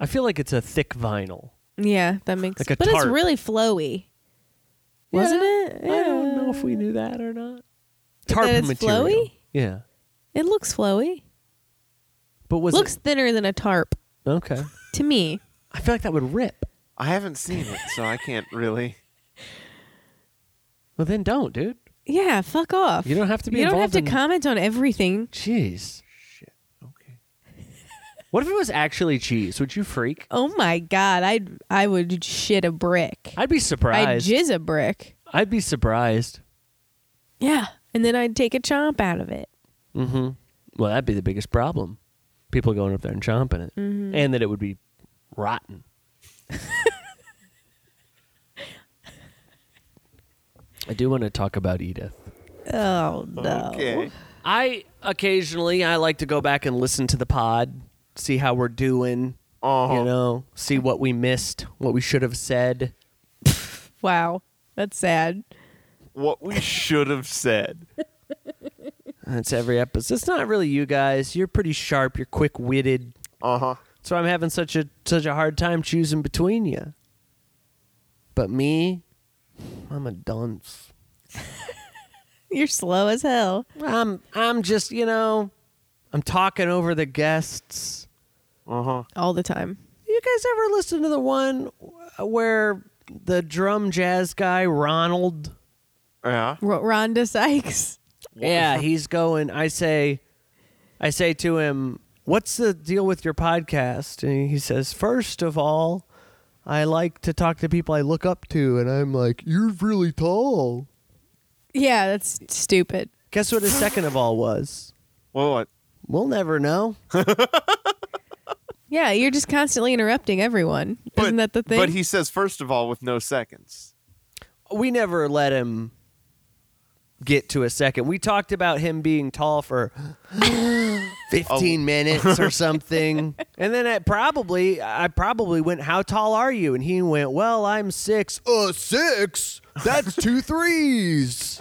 I feel like it's a thick vinyl.
Yeah, that makes
Like a
But
tart.
it's really flowy. Wasn't it?
I don't know if we knew that or not. Tarp
it's
material.
flowy?
Yeah,
It looks flowy.
but was
looks thinner than a tarp
it okay?
to me.
I feel like that would rip.
I haven't seen it, so I can't <laughs> really.
Well, then don't, dude.
Yeah, fuck off.
You don't have to be
You don't have
involved
to
in-
comment on everything.
Cheese.
Okay.
What if it was actually cheese? Would you freak?
Oh my god, I would I would shit a brick.
I'd be
I'd
surprised.
jizz a brick.
I'd be surprised.
Yeah, and then I'd take a chomp out of it.
Mm-hmm. Well, that'd be the biggest problem. People going up there and chomping it, and that it would be rotten. I do want to talk about Edith.
Oh no.
Okay.
I occasionally I like to go back and listen to the pod, see how we're doing,
Oh,
you know, see what we missed, what we should have said.
Wow, that's sad.
what we should have said.
That's every episode. It's not really you guys. You're pretty sharp. You're quick witted.
Uh huh.
That's why I'm having such a such a hard time choosing between you. But me, I'm a dunce.
You're slow as hell.
I'm I'm just you know, I'm talking over the guests.
Uh huh.
All the time.
You guys ever listen to the one where the drum jazz guy Ronald?
Yeah.
R- Rhonda Sykes. <laughs>
Yeah, he's going. I say, I say to him, "What's the deal with your podcast?" And he says, first of all, I like to talk to people I look up to," and I'm like, "You're really tall."
Yeah, that's stupid.
Guess what his second of all was?
Well, what?
We'll never know.
Yeah, you're just constantly interrupting everyone.
But-
Isn't that the thing?
But he says first of all with no seconds.
we never let him get to a second. We talked about him being tall for 15 minutes or something. and then I probably I probably went, "How tall are you?" and he went, "Well, I'm 6." "Uh, 6? That's two threes.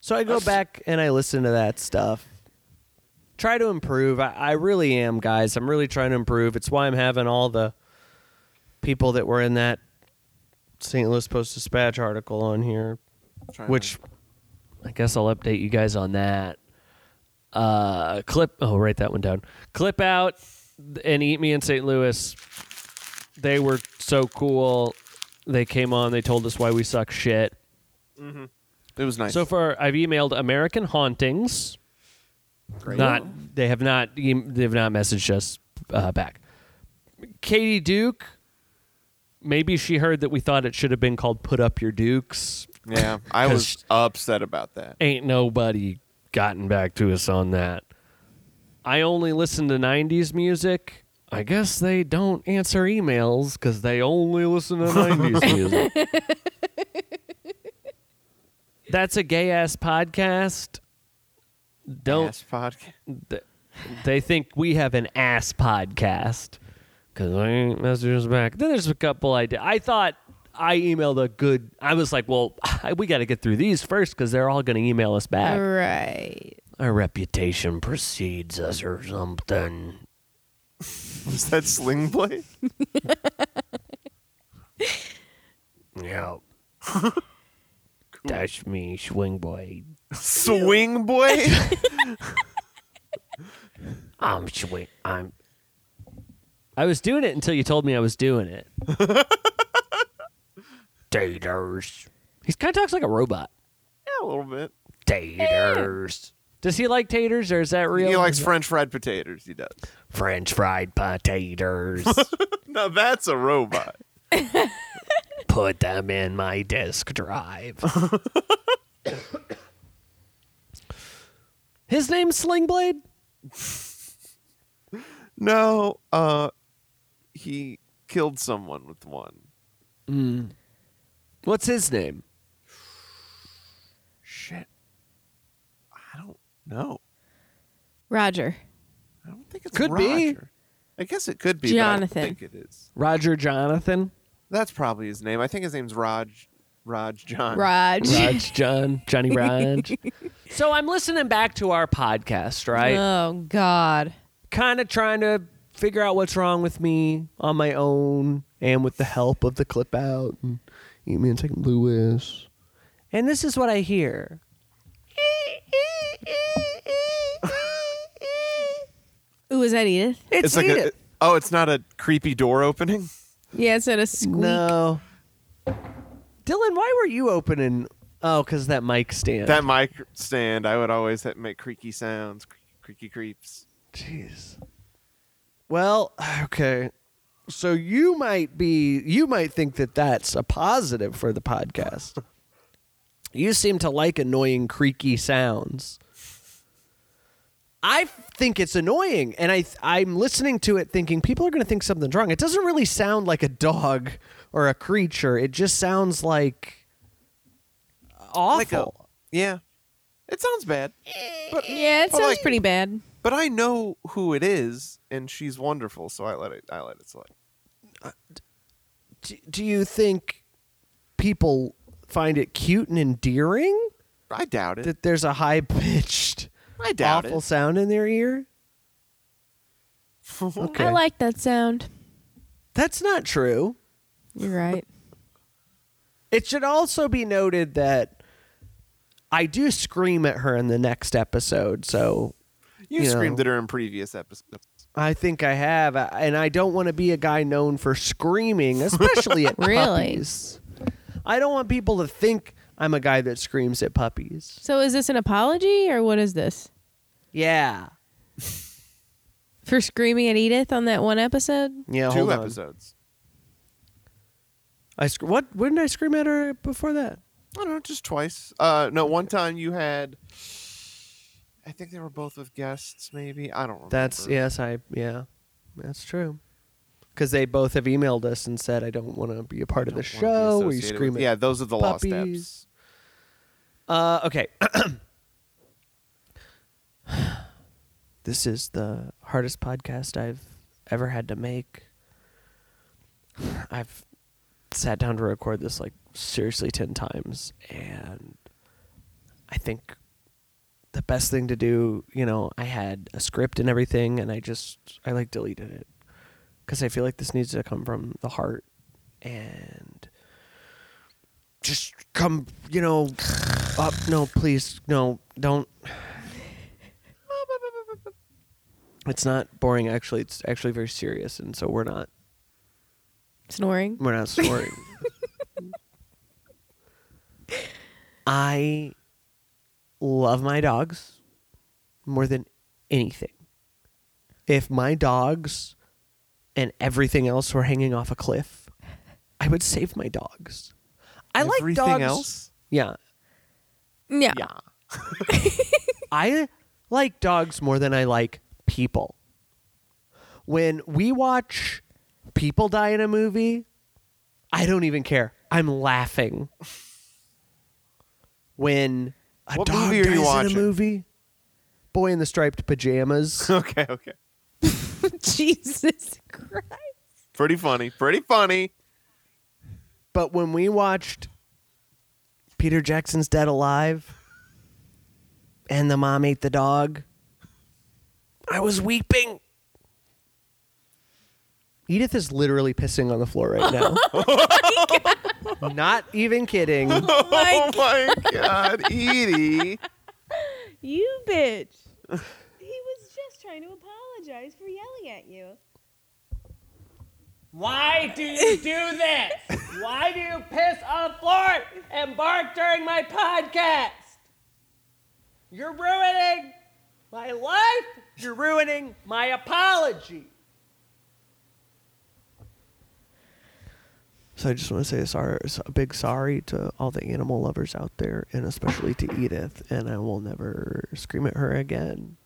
so I go back and I listen to that stuff. Try to improve. I, I really am, guys. I'm really trying to improve. It's why I'm having all the people that were in that St. Louis Post Dispatch article on here,
Trying to-
which I guess I'll update you guys on that. Uh, clip. Oh, write that one down. Clip out and eat me in St. Louis. They were so cool. They came on. They told us why we suck shit.
it was nice.
So far, I've emailed American Hauntings.
Great.
Not they have not em- they have not messaged us uh, back. Katie Duke. Maybe she heard that we thought it should have been called "Put Up Your Dukes."
yeah, <laughs> I
'Cause-
was upset about that.
Ain't nobody gotten back to us on that. I only listen to '90s music. I guess they don't answer emails because they only listen to '90s music. That's a gay ass podcast. Don't
Ass podcast.
th- they think we have an ass podcast because I ain't messages back. Then there's a couple ideas. I thought I emailed a good. I was like, well, <laughs> we got to get through these first because they're all going to email us back.
right.
Our reputation precedes us or something.
Was that sling <laughs> blade?
<laughs> Yeah. Dash me, swing boy.
Swing <laughs> boy.
I'm swing. I'm. I was doing it until you told me I was doing it. <laughs> Daters. He kind of talks like a robot.
yeah, a little bit.
taters. Does he like taters or is that real?
He likes French fried potatoes. He does.
French fried <laughs> potatoes.
Now that's a robot.
Put them in my disk drive. His name's Slingblade?
<laughs> no, uh, he killed someone with one.
What's his name?
Shit. I don't know.
Roger.
I don't think it's
Could be.
Roger. I guess it could be. but I don't
Jonathan.
think it is.
Roger Jonathan?
That's probably his name. I think his name's Raj. Raj John.
Raj.
<laughs> Raj John. Johnny Raj. so I'm listening back to our podcast, right?
Oh God.
kind of trying to figure out what's wrong with me on my own and with the help of the clip out and eat me and take Lewis. And this is what I hear.
Ooh, was that Edith?
It's,
It's like a,
Edith.
oh, it's not a creepy door opening.
Yeah, it's not a squeak.
no. Dylan, why were you opening? Oh, because that mic stand.
That mic stand, I would always ha- make creaky sounds, cre- creaky creeps.
Jeez. Well, okay. So you might be you might think that that's a positive for the podcast. you seem to like annoying creaky sounds. I think it's annoying and I I'm listening to it thinking people are going to think something's wrong. It doesn't really sound like a dog or a creature. It just sounds like awful.
Like a- yeah, it sounds bad, but
Yeah, it
But
sounds
like-
pretty bad.
but I know who it is, and she's wonderful, so I let it. I let it slide.
do, do you think people find it cute and endearing
I doubt it.
that there's a high pitched
I doubt
awful sound in their ear?
<laughs> it.
Okay.
I like that sound.
That's not true.
You're right.
It should also be noted that I do scream at her in the next episode, so
you
you
screamed
know.
at her in previous episodes.
I think I have, uh, and I don't want to be a guy known for screaming, especially at
Really?
puppies. I don't want people to think I'm a guy that screams at puppies.
So is this an apology or what is this?
Yeah,
For screaming at Edith on that one episode?
yeah.
Two
hold on.
episodes.
I sc- what? When did I scream at her before that?
I don't know, just twice. Uh, no, one time you had. I think they were both with guests, maybe. I don't remember.
That's yes, I yeah, that's true. Because they both have emailed us and said, "I don't want to be a part of the
Don't wanna be
show." Where you
associated
scream
with-
at
Yeah, those are the
puppies.
lost
Uh, okay. <clears throat> this is the hardest podcast I've ever had to make. I've sat down to record this like seriously 10 times and I think the best thing to do, you know, I had a script and everything and I just I like deleted it cuz I feel like this needs to come from the heart and just come, you know, up. No, please, no, don't. It's not boring. Actually, it's actually very serious, and so we're not
Snoring.
we're not
<laughs>
snoring. I love my dogs more than anything. If my dogs and everything else were hanging off a cliff, I would save my dogs. I like
Everything
dogs.
else? <laughs>
Yeah,
Yeah.
yeah. <laughs> I like dogs more than I like people. When we watch people die in a movie, I don't even care. I'm laughing. When a
What
dog
movie are
dies
you
in
watching?
a movie, boy in the striped pajamas.
Okay, okay.
<laughs> Jesus Christ.
Pretty funny. Pretty funny.
But when we watched Peter Jackson's Dead Alive and the mom ate the dog, I was weeping. Edith is literally pissing on the floor right now. Not even kidding.
Oh my, god, Edie.
You bitch. he was just trying to apologize for yelling at you.
Why do you do this? Why do you piss on the floor and bark during my podcast? You're ruining my life. You're ruining my apology. So I just want to say a, sorry, a big sorry to all the animal lovers out there, and especially to Edith. And I will never scream at her again,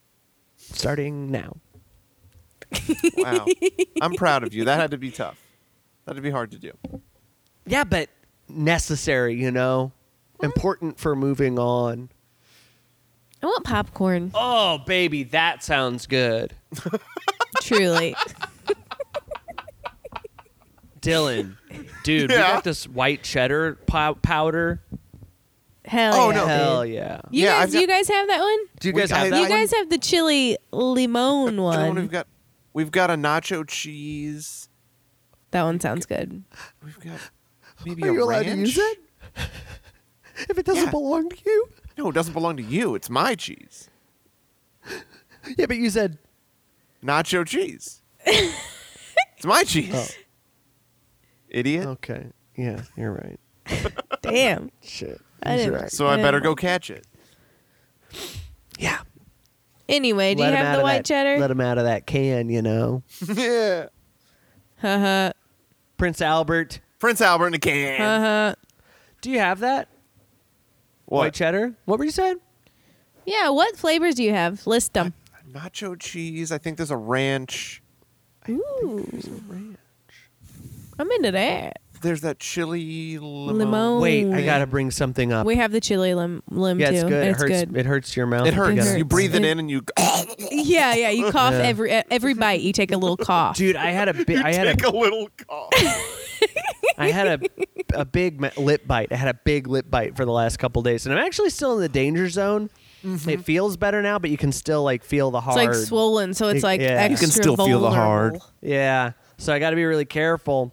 starting now.
Wow. I'm proud of you. That had to be tough. That'd be hard to do.
Yeah, but necessary, you know, important for moving on.
I want popcorn.
Oh, baby, that sounds good.
Truly.
Dylan, dude, we
Yeah.
got this white cheddar pow- powder.
Hell
Oh,
yeah.
no.
Hell yeah!
You
Yeah,
guys
I've got-
you guys have that one?
Do you
We
guys
got-
have
That
that?
you guys have the chili limon
You know what
one.
we've got we've got a nacho cheese.
that one sounds good.
We've got maybe
one?
a
Are you allowed
ranch.
to use it? if it <laughs> doesn't
Yeah.
belong to you,
No, it doesn't belong to you. It's my cheese.
yeah. But you said
Nacho cheese. it's my cheese. Idiot.
Oh. okay. Yeah, you're right.
Damn.
Shit.
I
He's
didn't-
right.
So I
Yeah.
better go catch it.
Yeah.
Anyway, do
Let
you
him
have
out
the
of
white
that-
cheddar?
Let him out of that can, you know. <laughs>
yeah.
Uh-huh.
Prince Albert,
Prince Albert in a can.
Uh-huh.
do you have that white
What?
cheddar? What were you saying?
Yeah, what flavors do you have? List them.
Nacho cheese. I think there's a ranch.
Ooh. I'm into that.
There's that chili limon.
Limon.
Wait, I
Ooh.
gotta bring something up.
We have the chili lim lim
yeah,
too.
it's good.
and
it hurts.
good.
It hurts your mouth.
It hurts.
hurts.
You breathe it
It-
in and you <laughs>
yeah, yeah.
<laughs>
You cough
Yeah.
every e, every bite. You take
<laughs>
a little cough.
dude. I had a big. I had
take
a.
a little
<laughs>
cough.
I had a a big ma- lip bite. I had a big lip bite for the last couple days, and I'm actually still in the danger zone. It feels better now, but you can still like feel the
Mm-hmm. it's
hard.
like swollen, so it's
Yeah.
like
You can
extra
still feel the hard.
vulnerable.
yeah, so I got to be really careful.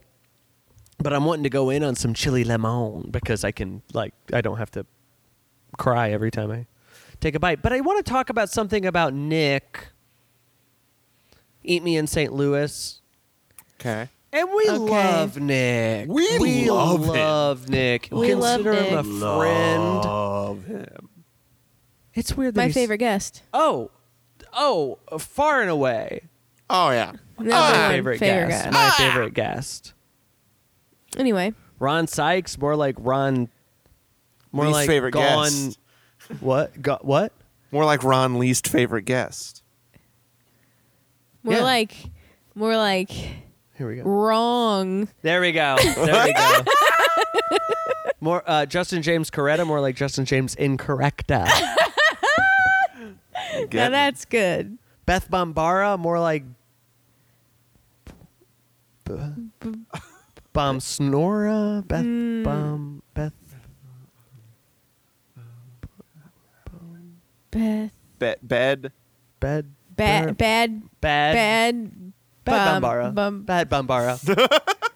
But I'm wanting to go in on some chili limon because I can like I don't have to cry every time I take a bite. But I want to talk about something about Nick. Eat me in St. Louis.
Okay.
And we
Okay.
love Nick.
We love him.
love Nick.
We
Consider
love
him a
Nick.
friend. It's weird. That
My
he's-
favorite guest.
Oh, oh, far and away.
Oh yeah.
Number
My
one
favorite, guest.
Ah. guest.
My
Ah.
favorite guest.
Anyway,
Ron Sykes, more like Ron. More
Least
like
favorite
gone.
guest.
What? Go, what?
More like Ron least favorite guest.
More
Yeah.
like, more like
Here we go.
wrong.
There we go. There we
<laughs>
go. More uh, Justin James Coretta, more like Justin James Incorrecta.
Now
Get
that's good.
Beth Bombara, more like B- Bomb Snora. Beth
Mm.
Bomb Beth
Bad,
Be- bed.
<laughs>
Bed
bad,
Bad
bad,
Bad
bad.
Bad
bum-
Bombara.
bum-
Bad
<laughs>
Bombara.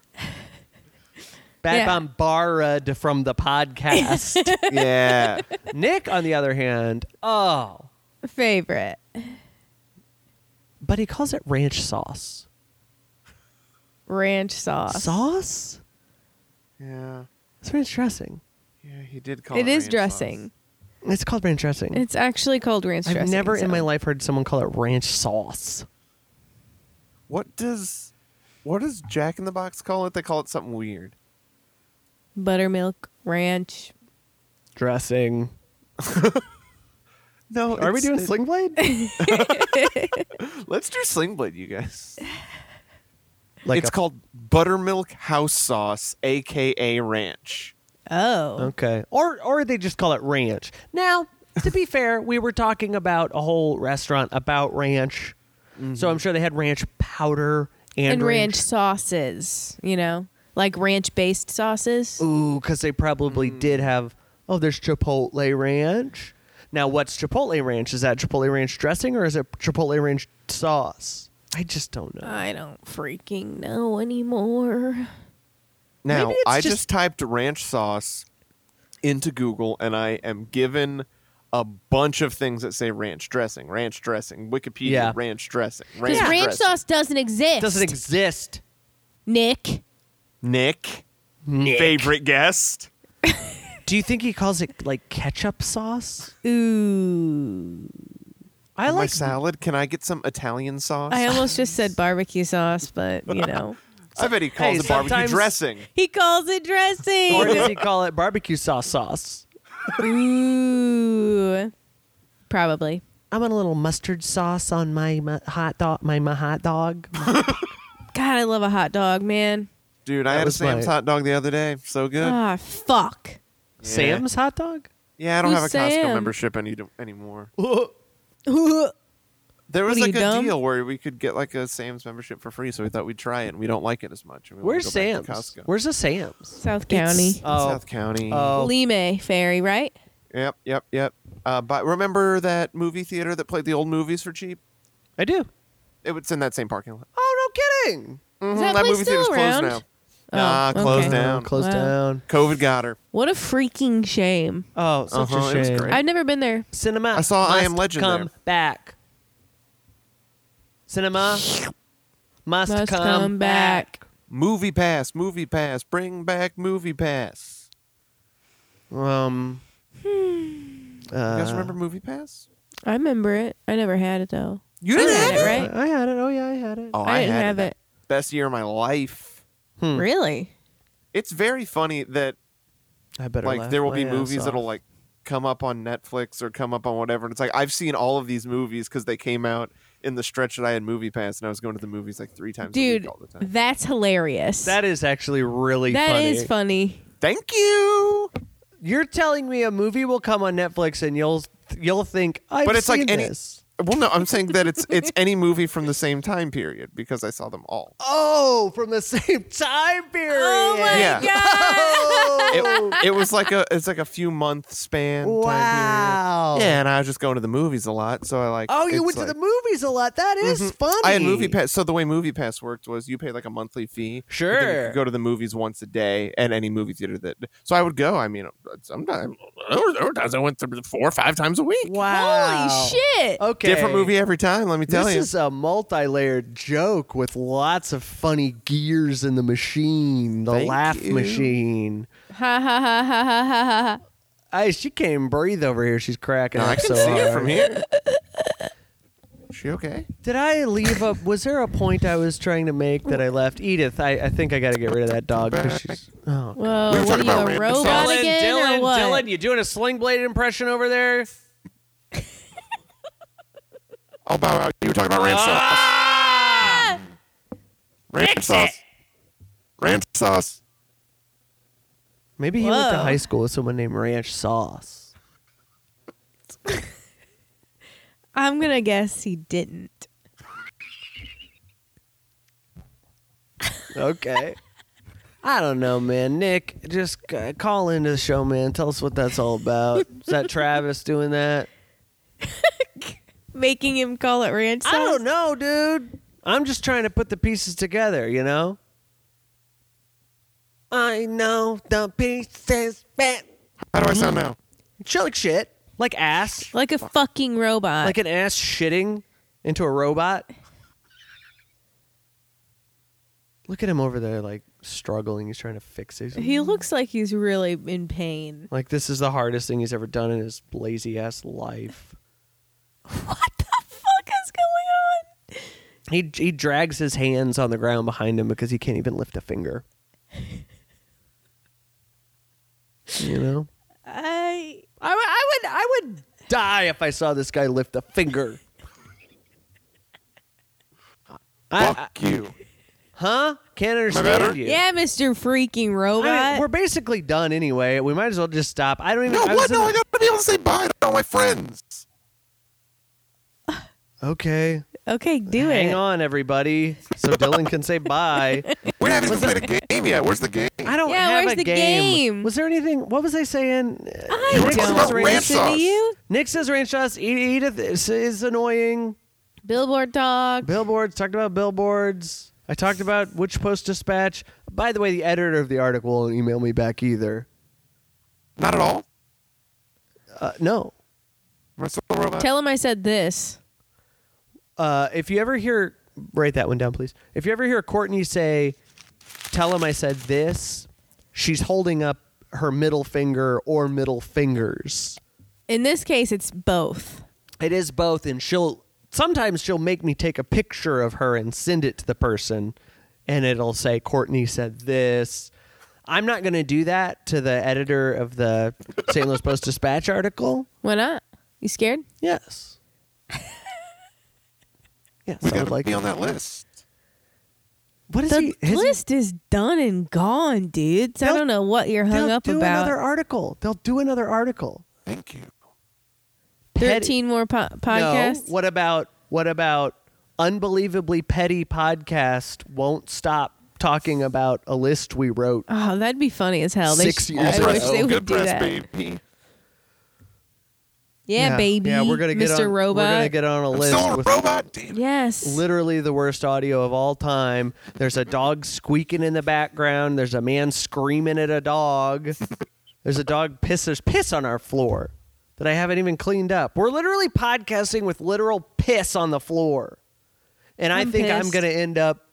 Bad
Yeah.
Bombara d- from the
<laughs>
podcast.
Yeah.
Nick, on the other hand, oh,
favorite.
but he calls it ranch sauce.
Ranch sauce.
Sauce?
yeah.
It's ranch dressing.
Yeah, he did call it.
It is
ranch
dressing.
sauce.
It's called ranch dressing.
It's actually called ranch
I've
dressing.
never
so-
in my life heard someone call it ranch sauce.
What does what does Jack in the Box call it? They call it something weird.
buttermilk ranch.
Dressing.
No,
Are we
it's-
doing
it-
sling
<laughs>
blade?
Let's do sling blade, you guys.
Like
it's
a-
called buttermilk house sauce, aka ranch.
<laughs>
Oh,
Okay. Or or they just call it ranch. Now, to
<laughs>
be fair, we were talking about a whole restaurant about ranch.
Mm-hmm.
So I'm sure they had ranch powder and,
and ranch sauces. You know, like ranch based sauces.
Ooh, because they probably
Mm.
did have. Oh, there's Chipotle Ranch. Now, what's Chipotle Ranch? Is that Chipotle Ranch dressing or is it Chipotle Ranch sauce? I just don't know.
I don't freaking know anymore.
Now,
Maybe it's
I
just-
just typed ranch sauce into Google and I am given a bunch of things that say ranch dressing, ranch dressing, Wikipedia,
Yeah.
ranch dressing, ranch
Because ranch
dressing.
sauce doesn't exist.
Doesn't exist.
Nick.
Nick,
Nick.
favorite guest.
Do you think he calls it like ketchup sauce?
Ooh.
I
My
like
salad, can I get some Italian sauce?
I almost just said barbecue sauce, but you know.
I bet he calls
Hey,
it barbecue
sometimes-
dressing.
He calls
or
<laughs>
it
does
dressing.
he call it barbecue sauce sauce?
Ooh. Probably.
I want a little mustard sauce on my mu- hot dog. My, my hot dog.
God, I love a hot dog, man.
Dude, I had a
was my- Uh,
Sam's hot dog the other day. So good.
Ah, fuck.
Yeah.
<laughs> Sam's hot dog.
Yeah, I don't
Who's
have a Costco
Sam?
membership any, anymore.
Ooh.
There was
are
like
you,
a
dumb?
deal where we could get like a Sam's membership for free, so we thought we'd try it. and We don't like it as much. and we wanna
Where's
go
Sam's?
back to Costco.
Where's the Sam's?
South County.
Oh,
South County.
oh.
Lime Ferry, right?
Yep, yep, yep. Uh, but remember that movie theater that played the old movies for cheap?
I do.
It was in that same parking lot.
Oh, no kidding.
Mhm,
that place
movie theater's
still
closed
around?
now.
Oh,
nah, closed
okay.
down.
Close
Wow.
down.
COVID got her.
What a freaking shame.
Oh, such
Uh-huh, it
a
was
shame.
great.
I've never been there.
Cinema.
I saw I
must
Am Legend
Come
there.
back. Cinema must,
Must
come,
come back.
Movie pass, movie pass, bring back movie pass.
back. Um.
uh, You guys
uh,
remember movie pass?
I remember it. I never had it though.
You
I
didn't
had
have
it,
it?
right?
I I had it. Oh yeah, I had it.
Oh,
I, didn't have it.
Best year of my life.
Hmm.
Really?
It's very funny that
I better
like
laugh
there will
my
be
ass
movies
off.
that'll like come up on Netflix or come up on whatever. And it's like I've seen all of these movies because they came out in the stretch that I had movie pass, and I was going to the movies like three times a
Dude,
week all the time.
that's hilarious.
That is actually really
That
funny.
is funny.
Thank you.
You're telling me a movie will come on Netflix and you'll you'll think I've
But it's like
seen
any-
this.
Well, no, I'm saying that it's it's any movie from the same time period because I saw them all.
Oh, from the <laughs> same time period. Oh,
Oh my
Yeah.
god. <laughs>
It, it was like a it's like a few month span. time period.
Wow.
Yeah, and I was just going to the movies a lot, so I like.
Oh, you
it's
went to
like- Mm-hmm.
the movies a lot. That is funny.
I had movie pass. So the way movie pass worked was you paid like a monthly fee. but then you
Sure.
could go to the movies once a day at any movie theater that. So I would go. I mean, sometimes there were- there were times I went through four or five times a week.
Wow.
Holy shit.
Okay.
Different movie every time. Let me tell
This
you.
is a multi-layered joke with lots of funny gears in the machine, the
Thank
laugh
you.
machine.
<laughs> Ha ha ha ha ha ha ha.
I she can't even breathe over here. She's cracking
No,
up
I can
so
see
hard.
it from here. she okay?
Did I leave a? Was there a point I was trying to make that I left? Edith, I, I think I got to get rid of that dog. 'cause she's, oh,
Whoa,
We were
what
talking about
are you, a
random
robot
songs.
again or what?
you doing a sling blade impression over there?
I'll bow out. You were talking about ranch sauce.
Ah!
Ranch sauce. Ranch sauce.
Maybe he went to
Whoa.
high school with someone named Ranch Sauce.
I'm gonna guess he didn't.
Okay. I don't know, man. Nick, just uh, call into the show, man. Tell us what that's all about. Is that Travis doing that?
Making him call it ranch sauce.
I don't know, dude. I'm just trying to put the pieces together, you know? I know the pieces fit.
How do I sound now?
Shit like shit. Like ass.
Like a fucking robot.
Like an ass shitting into a robot. Look at him over there, like struggling. He's trying to fix it.
he looks like he's really in pain.
Like this is the hardest thing he's ever done in his lazy ass
<laughs>
life.
<laughs> What the fuck is going on?
He he drags his hands on the ground behind him because he can't even lift a finger. you know,
I
I, w- I would I would die if I saw this guy lift a
<laughs>
finger. I, I-
Fuck you.
huh? Can't
better?
understand you.
yeah, Mr. Freaking
I
Robot.
mean, we're basically done anyway. We might as well just stop. I don't even.
No,
I was
what?
in
No,
the-
I gotta be able to say bye to all my friends.
Okay,
okay, do
hang
it.
on, everybody, so Dylan can say bye.
We haven't even played a game yet. Where's the game?
I don't
Yeah,
have
where's
a
the game?
Was there anything? What was I saying?
I
Nick
talking
says
about ranch
ranch.
listen to
sauce.
you.
Nick says ranch sauce. E- Edith is, is annoying.
Billboard dog.
Billboards. Talked about billboards. I talked about which post dispatch. By the way, the editor of the article won't email me back either.
Not at all.
Uh, no.
Am I still a robot?
Tell him I said this.
Uh, if you ever hear, write that one down, please. If you ever hear Courtney say, "Tell him I said this," she's holding up her middle finger or middle fingers.
In this case, it's both.
It is both, and she'll sometimes she'll make me take a picture of her and send it to the person, and it'll say Courtney said this. I'm not going to do that to the editor of the St. Louis Post Dispatch article.
Why not? You scared?
Yes. Yes,
we
I would
gotta
like.
be on that list.
What is
The
he? his-
list is done and gone, dudes. I
They'll-
don't know what you're hung
they'll
up
do
about.
another article. They'll do another article.
Thank you.
Petty-
13 more po- podcasts.
No. What about what about unbelievably petty podcast? Won't stop talking about a list we wrote
Oh, that'd be funny as hell. They
Six
sh-
years
I
ago.
wish they would
Good
do
press,
that.
baby.
Yeah, baby.
Yeah, we're gonna
Mr.
get on,
Robot.
We're gonna get on a
I'm
list
still a
with
robot. Damn. it.
yes.
literally the worst audio of all time. There's a dog squeaking in the background. There's a man screaming at a dog. There's a dog piss. There's piss on our floor that I haven't even cleaned up. We're literally podcasting with literal piss on the floor, and i
I'm
think I'm
pissed.
gonna end up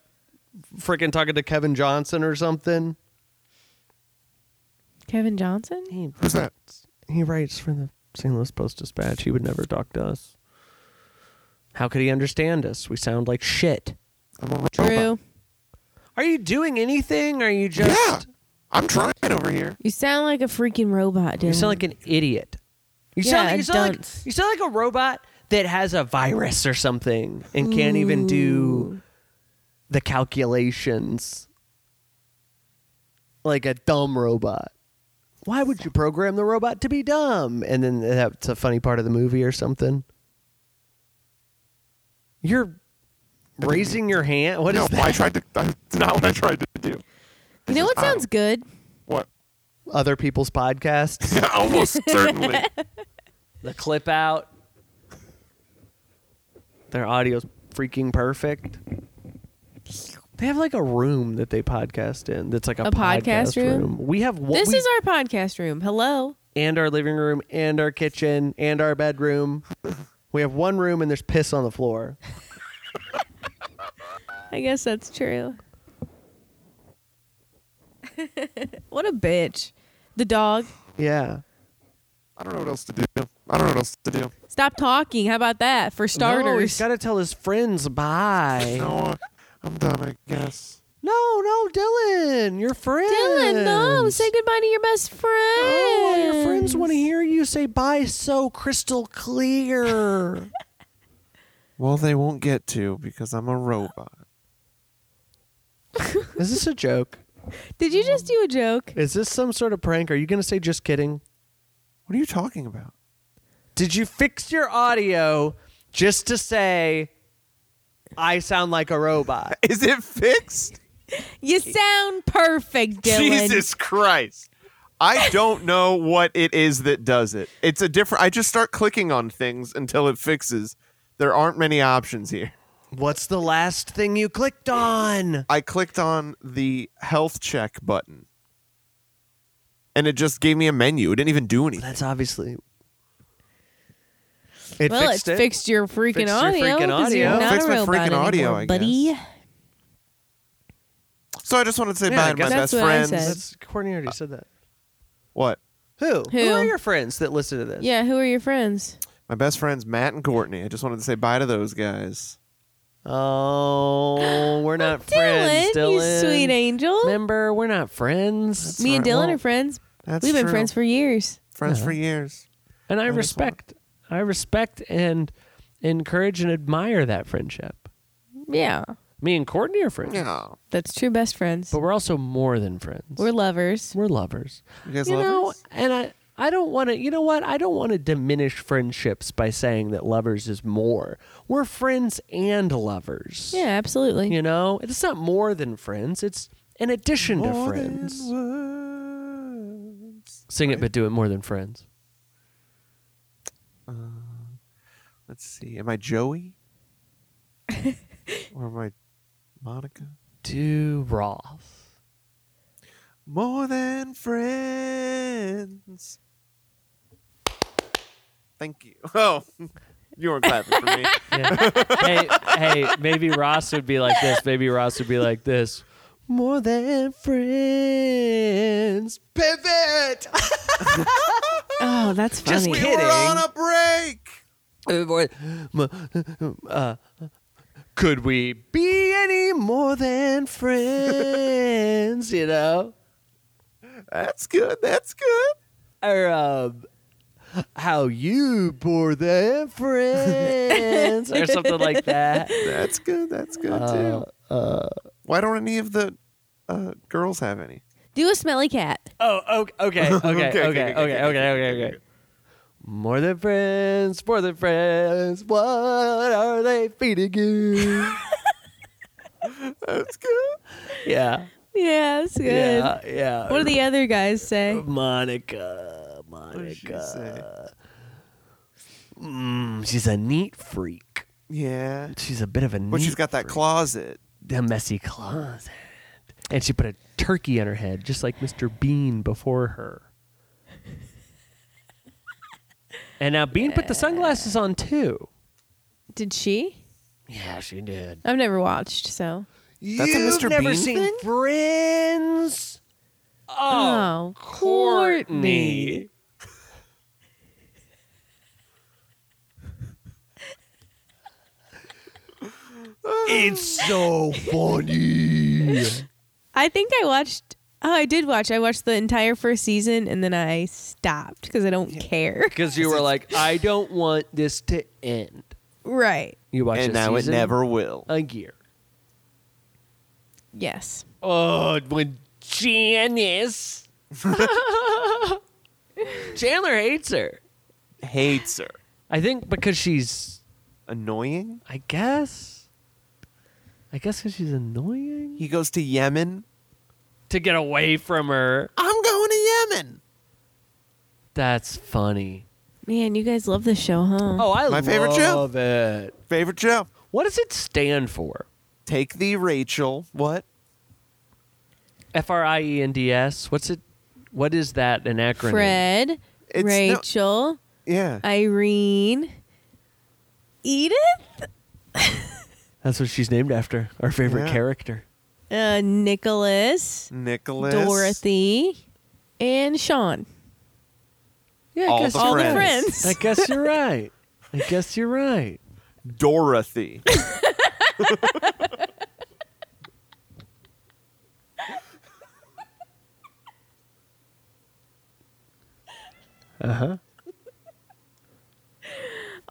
freaking talking to Kevin Johnson or something.
Kevin Johnson?
He
Who's that?
he writes for the St. Louis Post Dispatch. He would never talk to us. How could he understand us? We sound like shit.
I'm a robot.
Drew,
Are you doing anything? Are you just?
Yeah. I'm trying over here.
you sound like a freaking robot, dude.
You sound like an idiot. You sound,
Yeah,
like, you, sound like,
dunce.
you sound like a robot that has a virus or something and can't even do the calculations. Like a dumb robot. Why would you program the robot to be dumb? And then that's a funny part of the movie or something. You're raising your hand. What is
no, I
that?
tried to. That's not what I tried to do.
You know what sounds good?
What? <laughs>
Other people's podcasts.
Yeah, almost certainly.
the clip out. Their audio's freaking perfect. They have like a room that they podcast in. That's like a,
A podcast room?
We have one,
this
we-
is our podcast room. Hello.
and our living room and our kitchen and our bedroom. we have one room and there's piss on the floor.
I guess that's
<laughs>
true. what a bitch. The dog.
Yeah.
I don't know what else to do. I don't know what else to do.
Stop talking. How about that? For
No, he's
starters.
got to tell his friends bye. no.
No, I'm done. I guess.
no, Dylan, your friends.
Dylan, no. Say goodbye to your best friend.
Oh, your friends want to hear you say bye so crystal clear.
Well, they won't get to because I'm a robot.
<laughs> Is this a joke?
Did you just do a joke?
Is this some sort of prank? Are you going to say just kidding?
What are you talking about?
Did you fix your audio just to say I sound like a robot?
<laughs> Is it fixed?
You sound perfect, Dylan.
Jesus Christ.
<laughs>
I don't know what it is that does it. It's a different I just start clicking on things until it fixes. There aren't many options here.
<laughs> What's the last thing you clicked on?
I clicked on the health check button. And it just gave me a menu. It didn't even do anything.
That's obviously it
well,
fixed
it,
it.
fixed your freaking
Fixed your
audio.
freaking
'cause
audio.
You're not
Fixed
a
my
robot
freaking audio,
anymore,
I
buddy.
So I just wanted to say
Yeah, I
bye to my
guess
best
that's what I
friends.
said.
That's Courtney already said that. Uh,
What?
Who?
Who?
are your friends that listen to this?
Yeah, who are your friends?
My best friends Matt and Courtney. I just wanted to say bye to those guys.
Oh, we're not friends,
Dylan,
Dylan.
you sweet angel.
Remember, we're not friends.
Me and
right,
Dylan
well,
are friends.
That's
We've been
true.
friends for years.
friends for years.
And I,
I just wanna-
respect, I respect and encourage and admire that friendship.
Yeah,
Me and Courtney are friends,
Yeah.
that's true. Best friends.
but we're also more than friends.
We're lovers.
we're lovers.
You guys
you
love
know,
us?
and I, I don't want to. You know what? I don't want to diminish friendships by saying that lovers is more. We're friends and lovers.
Yeah, absolutely.
You know, it's not more than friends. It's an addition to
More than
friends.
words.
Sing it, but do it more than friends.
Let's see. Am I <laughs> Joey? or am I Monica?
Do Roth.
More than friends. Thank you. <laughs> Oh, you weren't clapping for me.
Yeah. hey, hey, maybe Ross would be like this. Maybe Ross would be like this. More than friends.
<laughs> <laughs> Pivot!
Oh, that's
Just
funny.
kidding.
We're on a break!
Uh, more- uh, could we be any more than friends? You know?
That's good. That's good.
or um, how you bore than friends or something like that.
That's good. That's good,
Uh,
too. Why don't any of the uh, girls have any?
Do a smelly cat.
Oh, okay, okay, okay, okay, okay, okay, okay, okay, okay. More than friends, more than friends. What are they feeding you?
That's good.
yeah,
Yeah, that's good.
yeah, yeah.
What do the other guys say?
Monica?
What did she say?
Monica. Mm, she's a neat freak.
Yeah.
She's a bit of a neat.
Well, she's got that
freak.
closet.
the messy closet. And she put a turkey on her head, just like Mr. Bean before her. And now Bean put the sunglasses on too.
Did she?
Yeah, she did.
I've never watched, so.
That's a
You've
Mr.
never
Bean
seen
thing?
Friends.
Oh,
Oh,
Courtney.
Courtney. it's so <laughs> funny.
I think I watched. Oh, I did watch. I watched the entire first season and then I stopped because I don't care.
Because you were like, I don't want this to end.
Right.
You watch
And
a
now it
season, Uh,
never will.
a year.
Yes.
Oh, when
<laughs>
Janice Chandler hates her.
Hates her.
I think because she's,
Annoying.
I guess, I guess because she's annoying
He goes to Yemen.
to get away from her.
I'm going to Yemen.
That's funny.
Man, you guys love this show, huh?
Oh, I
My favorite show.
love it.
Favorite show.
What does it stand for?
Take thee, Rachel. What?
F R I E N D S. What's it? What is that an acronym?
Fred,
It's no-
Rachel,
Yeah.
Uh,
Irene, Edith,
That's what she's named after. Our favorite
Yeah.
character.
uh, Nicholas,
Nicholas.
Dorothy, and Sean.
Yeah,
All the
All the
Friends.
friends.
I guess
<laughs>
you're right. I guess you're right. <laughs>
Dorothy.
Uh huh.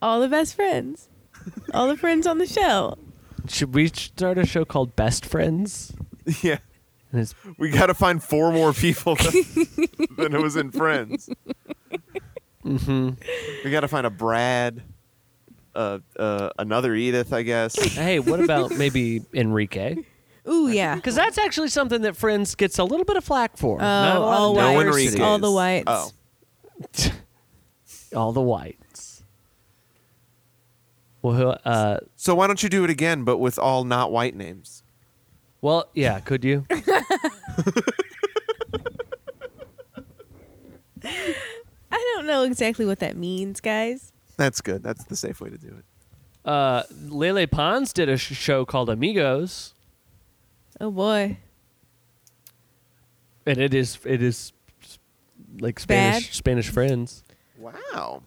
All the best friends. all the friends on the show.
Should we start a show called Best Friends?
yeah.
And it's
We got to find four more
<laughs>
people than than it was in Friends.
Mm-hmm.
We got to find a Brad, uh, uh, another Edith, I guess.
hey, what
<laughs>
about maybe Enrique?
Ooh yeah.
Because that's actually something that Friends gets a little bit of flack for.
Oh, all
No
whites,
Enriquez.
all the whites.
Oh,
all the whites. Well, who- uh,
so why don't you do it again, but with all not white names?
well, yeah. Could you?
I don't know exactly what that means, guys.
That's good. That's the safe way to do it.
Uh, Lele Pons did a sh- show called Amigos,
Oh boy.
and it is it is like
Bad?
Spanish Spanish Friends,
Wow.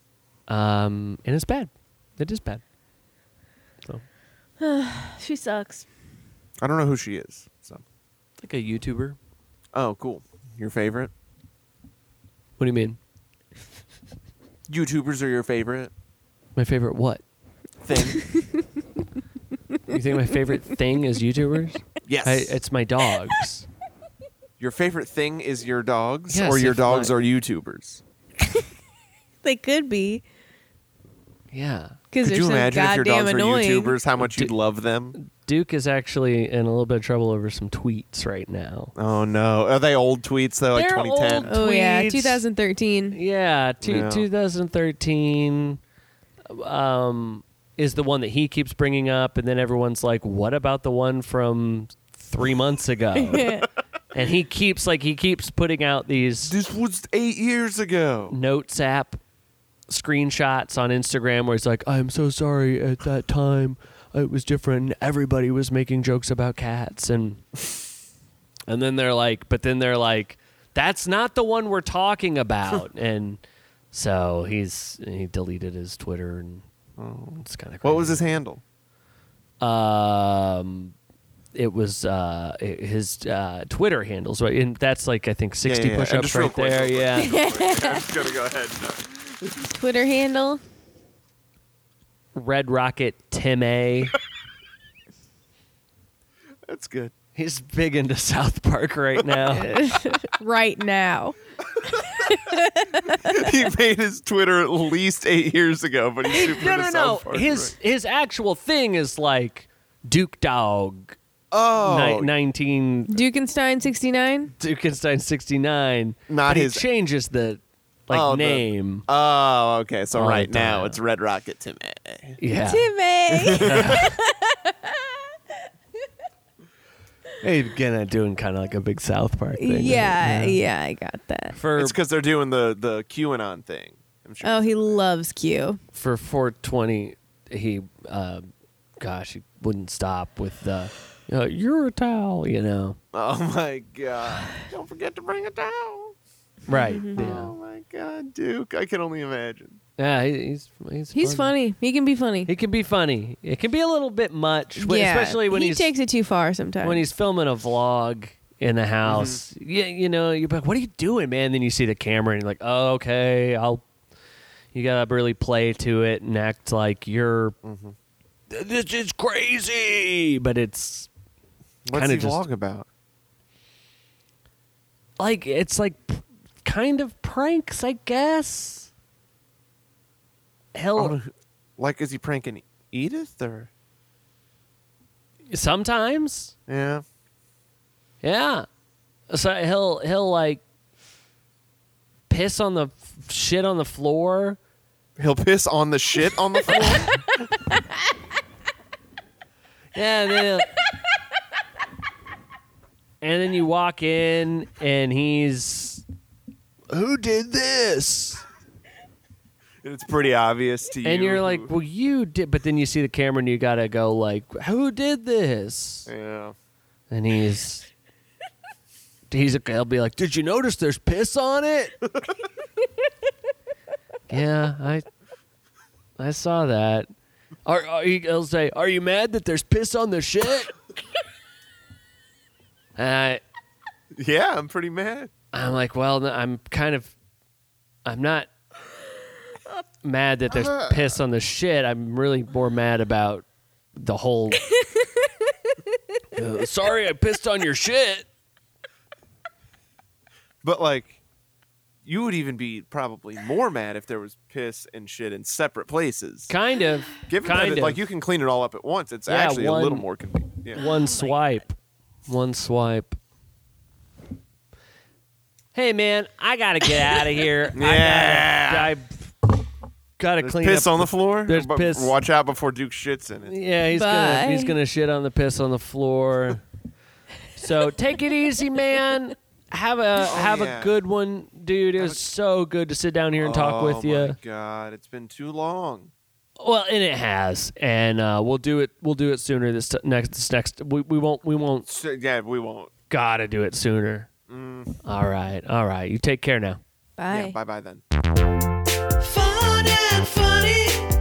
um, and it's bad. It is bad. So,
She sucks.
I don't know who she is. So.
like a YouTuber.
Oh, cool. Your favorite
What do you mean?
YouTubers are your favorite
My favorite what? <laughs>
thing?
You think my favorite thing is YouTubers?
yes.
I, it's my dogs.
your favorite thing is your dogs,
Yes,
or your
if
dogs
my-
are YouTubers.
They could be
Yeah.
because
Could
they're
you
so
imagine if your
goddamn
dogs
annoying.
were YouTubers, how much you'd love them?
Duke is actually in a little bit of trouble over some tweets right now.
<laughs> Oh no, are they old tweets though? Like
They're
2010.
old.
Oh yeah,
Tweets.
2013.
Yeah, t-
Yeah.
2013 um, is the one that he keeps bringing up, and then everyone's like, "What about the one from three months ago?"
Yeah.
and he keeps like he keeps putting out these
This was eight years ago.
notes app screenshots on Instagram where he's like, "I'm so sorry at that time." It was different. Everybody was making jokes about cats, and and then they're like, but then they're like, that's not the one we're talking
<laughs>
about, and so he's he deleted his Twitter, and it's kind of
Oh. What was his handle?
um, it was uh i- his uh Twitter handles right, and that's like I think sixty
yeah, yeah. And
push-ups
just real
right
quick,
there,
real
yeah.
Gotta go ahead.
Twitter handle. <laughs>
Red Rocket Tim A.
That's good. <laughs>
He's big into South Park right now.
right now.
he made his Twitter at least eight years ago, but he's
<laughs>
super
no,
into
no,
South
no.
Park,
His
right?
his actual thing is like Duke Dog
oh,
ni- 19
Dukenstein 69.
Dukenstein 69.
Not
but he
his-
changes the like
Oh, the-
name.
oh, okay. So
All
right
the
now
time.
it's Red Rocket to me.
yeah.
Timmy.
He's gonna doing kind of like a big South Park thing.
yeah, yeah, I got that.
For
It's because they're doing the the QAnon thing. I'm sure.
Oh, he loves Q.
for 420 he uh gosh, he wouldn't stop with the uh, you're a towel, you know.
<laughs> oh my god! Don't forget to bring a towel.
Right.
Oh my god, Duke! I can only imagine.
Yeah. Yeah, he, he's he's
He's funny. He can be funny.
It can be funny. It can be a little bit much, when-
yeah,
especially when
he
he's
takes it Mm-hmm. too far sometimes.
when he's filming a vlog in the house. Yeah, you know, you're like, "What are you doing, man?" Then you see the camera, and you're like, "Oh, okay, I'll." You gotta really play to it and act like you're.
Mm-hmm.
This is crazy, but it's
What's
Kinda
he
just-
vlog about?
like it's like p- kind of pranks, I guess. Hell,
Oh, Like, is he pranking Edith or?
Oh.
sometimes
Yeah.
Yeah. So he'll he'll like piss on the f- shit on the floor.
He'll piss on the shit on the floor.
Yeah. And then, he'll- and then you walk in and he's who did this?
and it's pretty obvious to you.
And you're like,
who-
well, you did, but then you see the camera and you gotta go like, who did this?
yeah.
And he's he's he'll be like, did you notice there's piss on it? yeah, I I saw that. Are, are you, he'll say, are you mad that there's piss on the shit? and I
Yeah, I'm pretty mad.
I'm like, well, no, I'm kind of I'm not mad that there's piss on the shit. I'm really more mad about the whole. Uh, sorry, I pissed on your shit.
But like, you would even be probably more mad if there was piss and shit in separate places.
Kind of.
Given
kind
that it-
of.
like you can clean it all up at once, it's
Yeah,
actually a little
one-
more convenient. Yeah.
One swipe. One swipe. Hey man, I gotta get out of
<laughs>
here.
Yeah.
I gotta
There's
clean
piss
up.
on the floor.
there's
but
piss.
Watch out before Duke shits in it.
yeah, he's gonna
Bye.
he's gonna shit on the piss on the floor. so take it easy, man. Have a have
Oh, yeah.
a good one, dude. It
Have
was
a-
so good to sit down here and talk
oh
with
My
you.
God, it's been too long.
Well, and it has, and uh, we'll do it. We'll do it sooner this t- next. This next, we, we won't. We won't.
So, yeah, we won't.
Gotta do it sooner. All right, all right. You take care now.
Bye.
Yeah, bye bye then.
Fun and funny.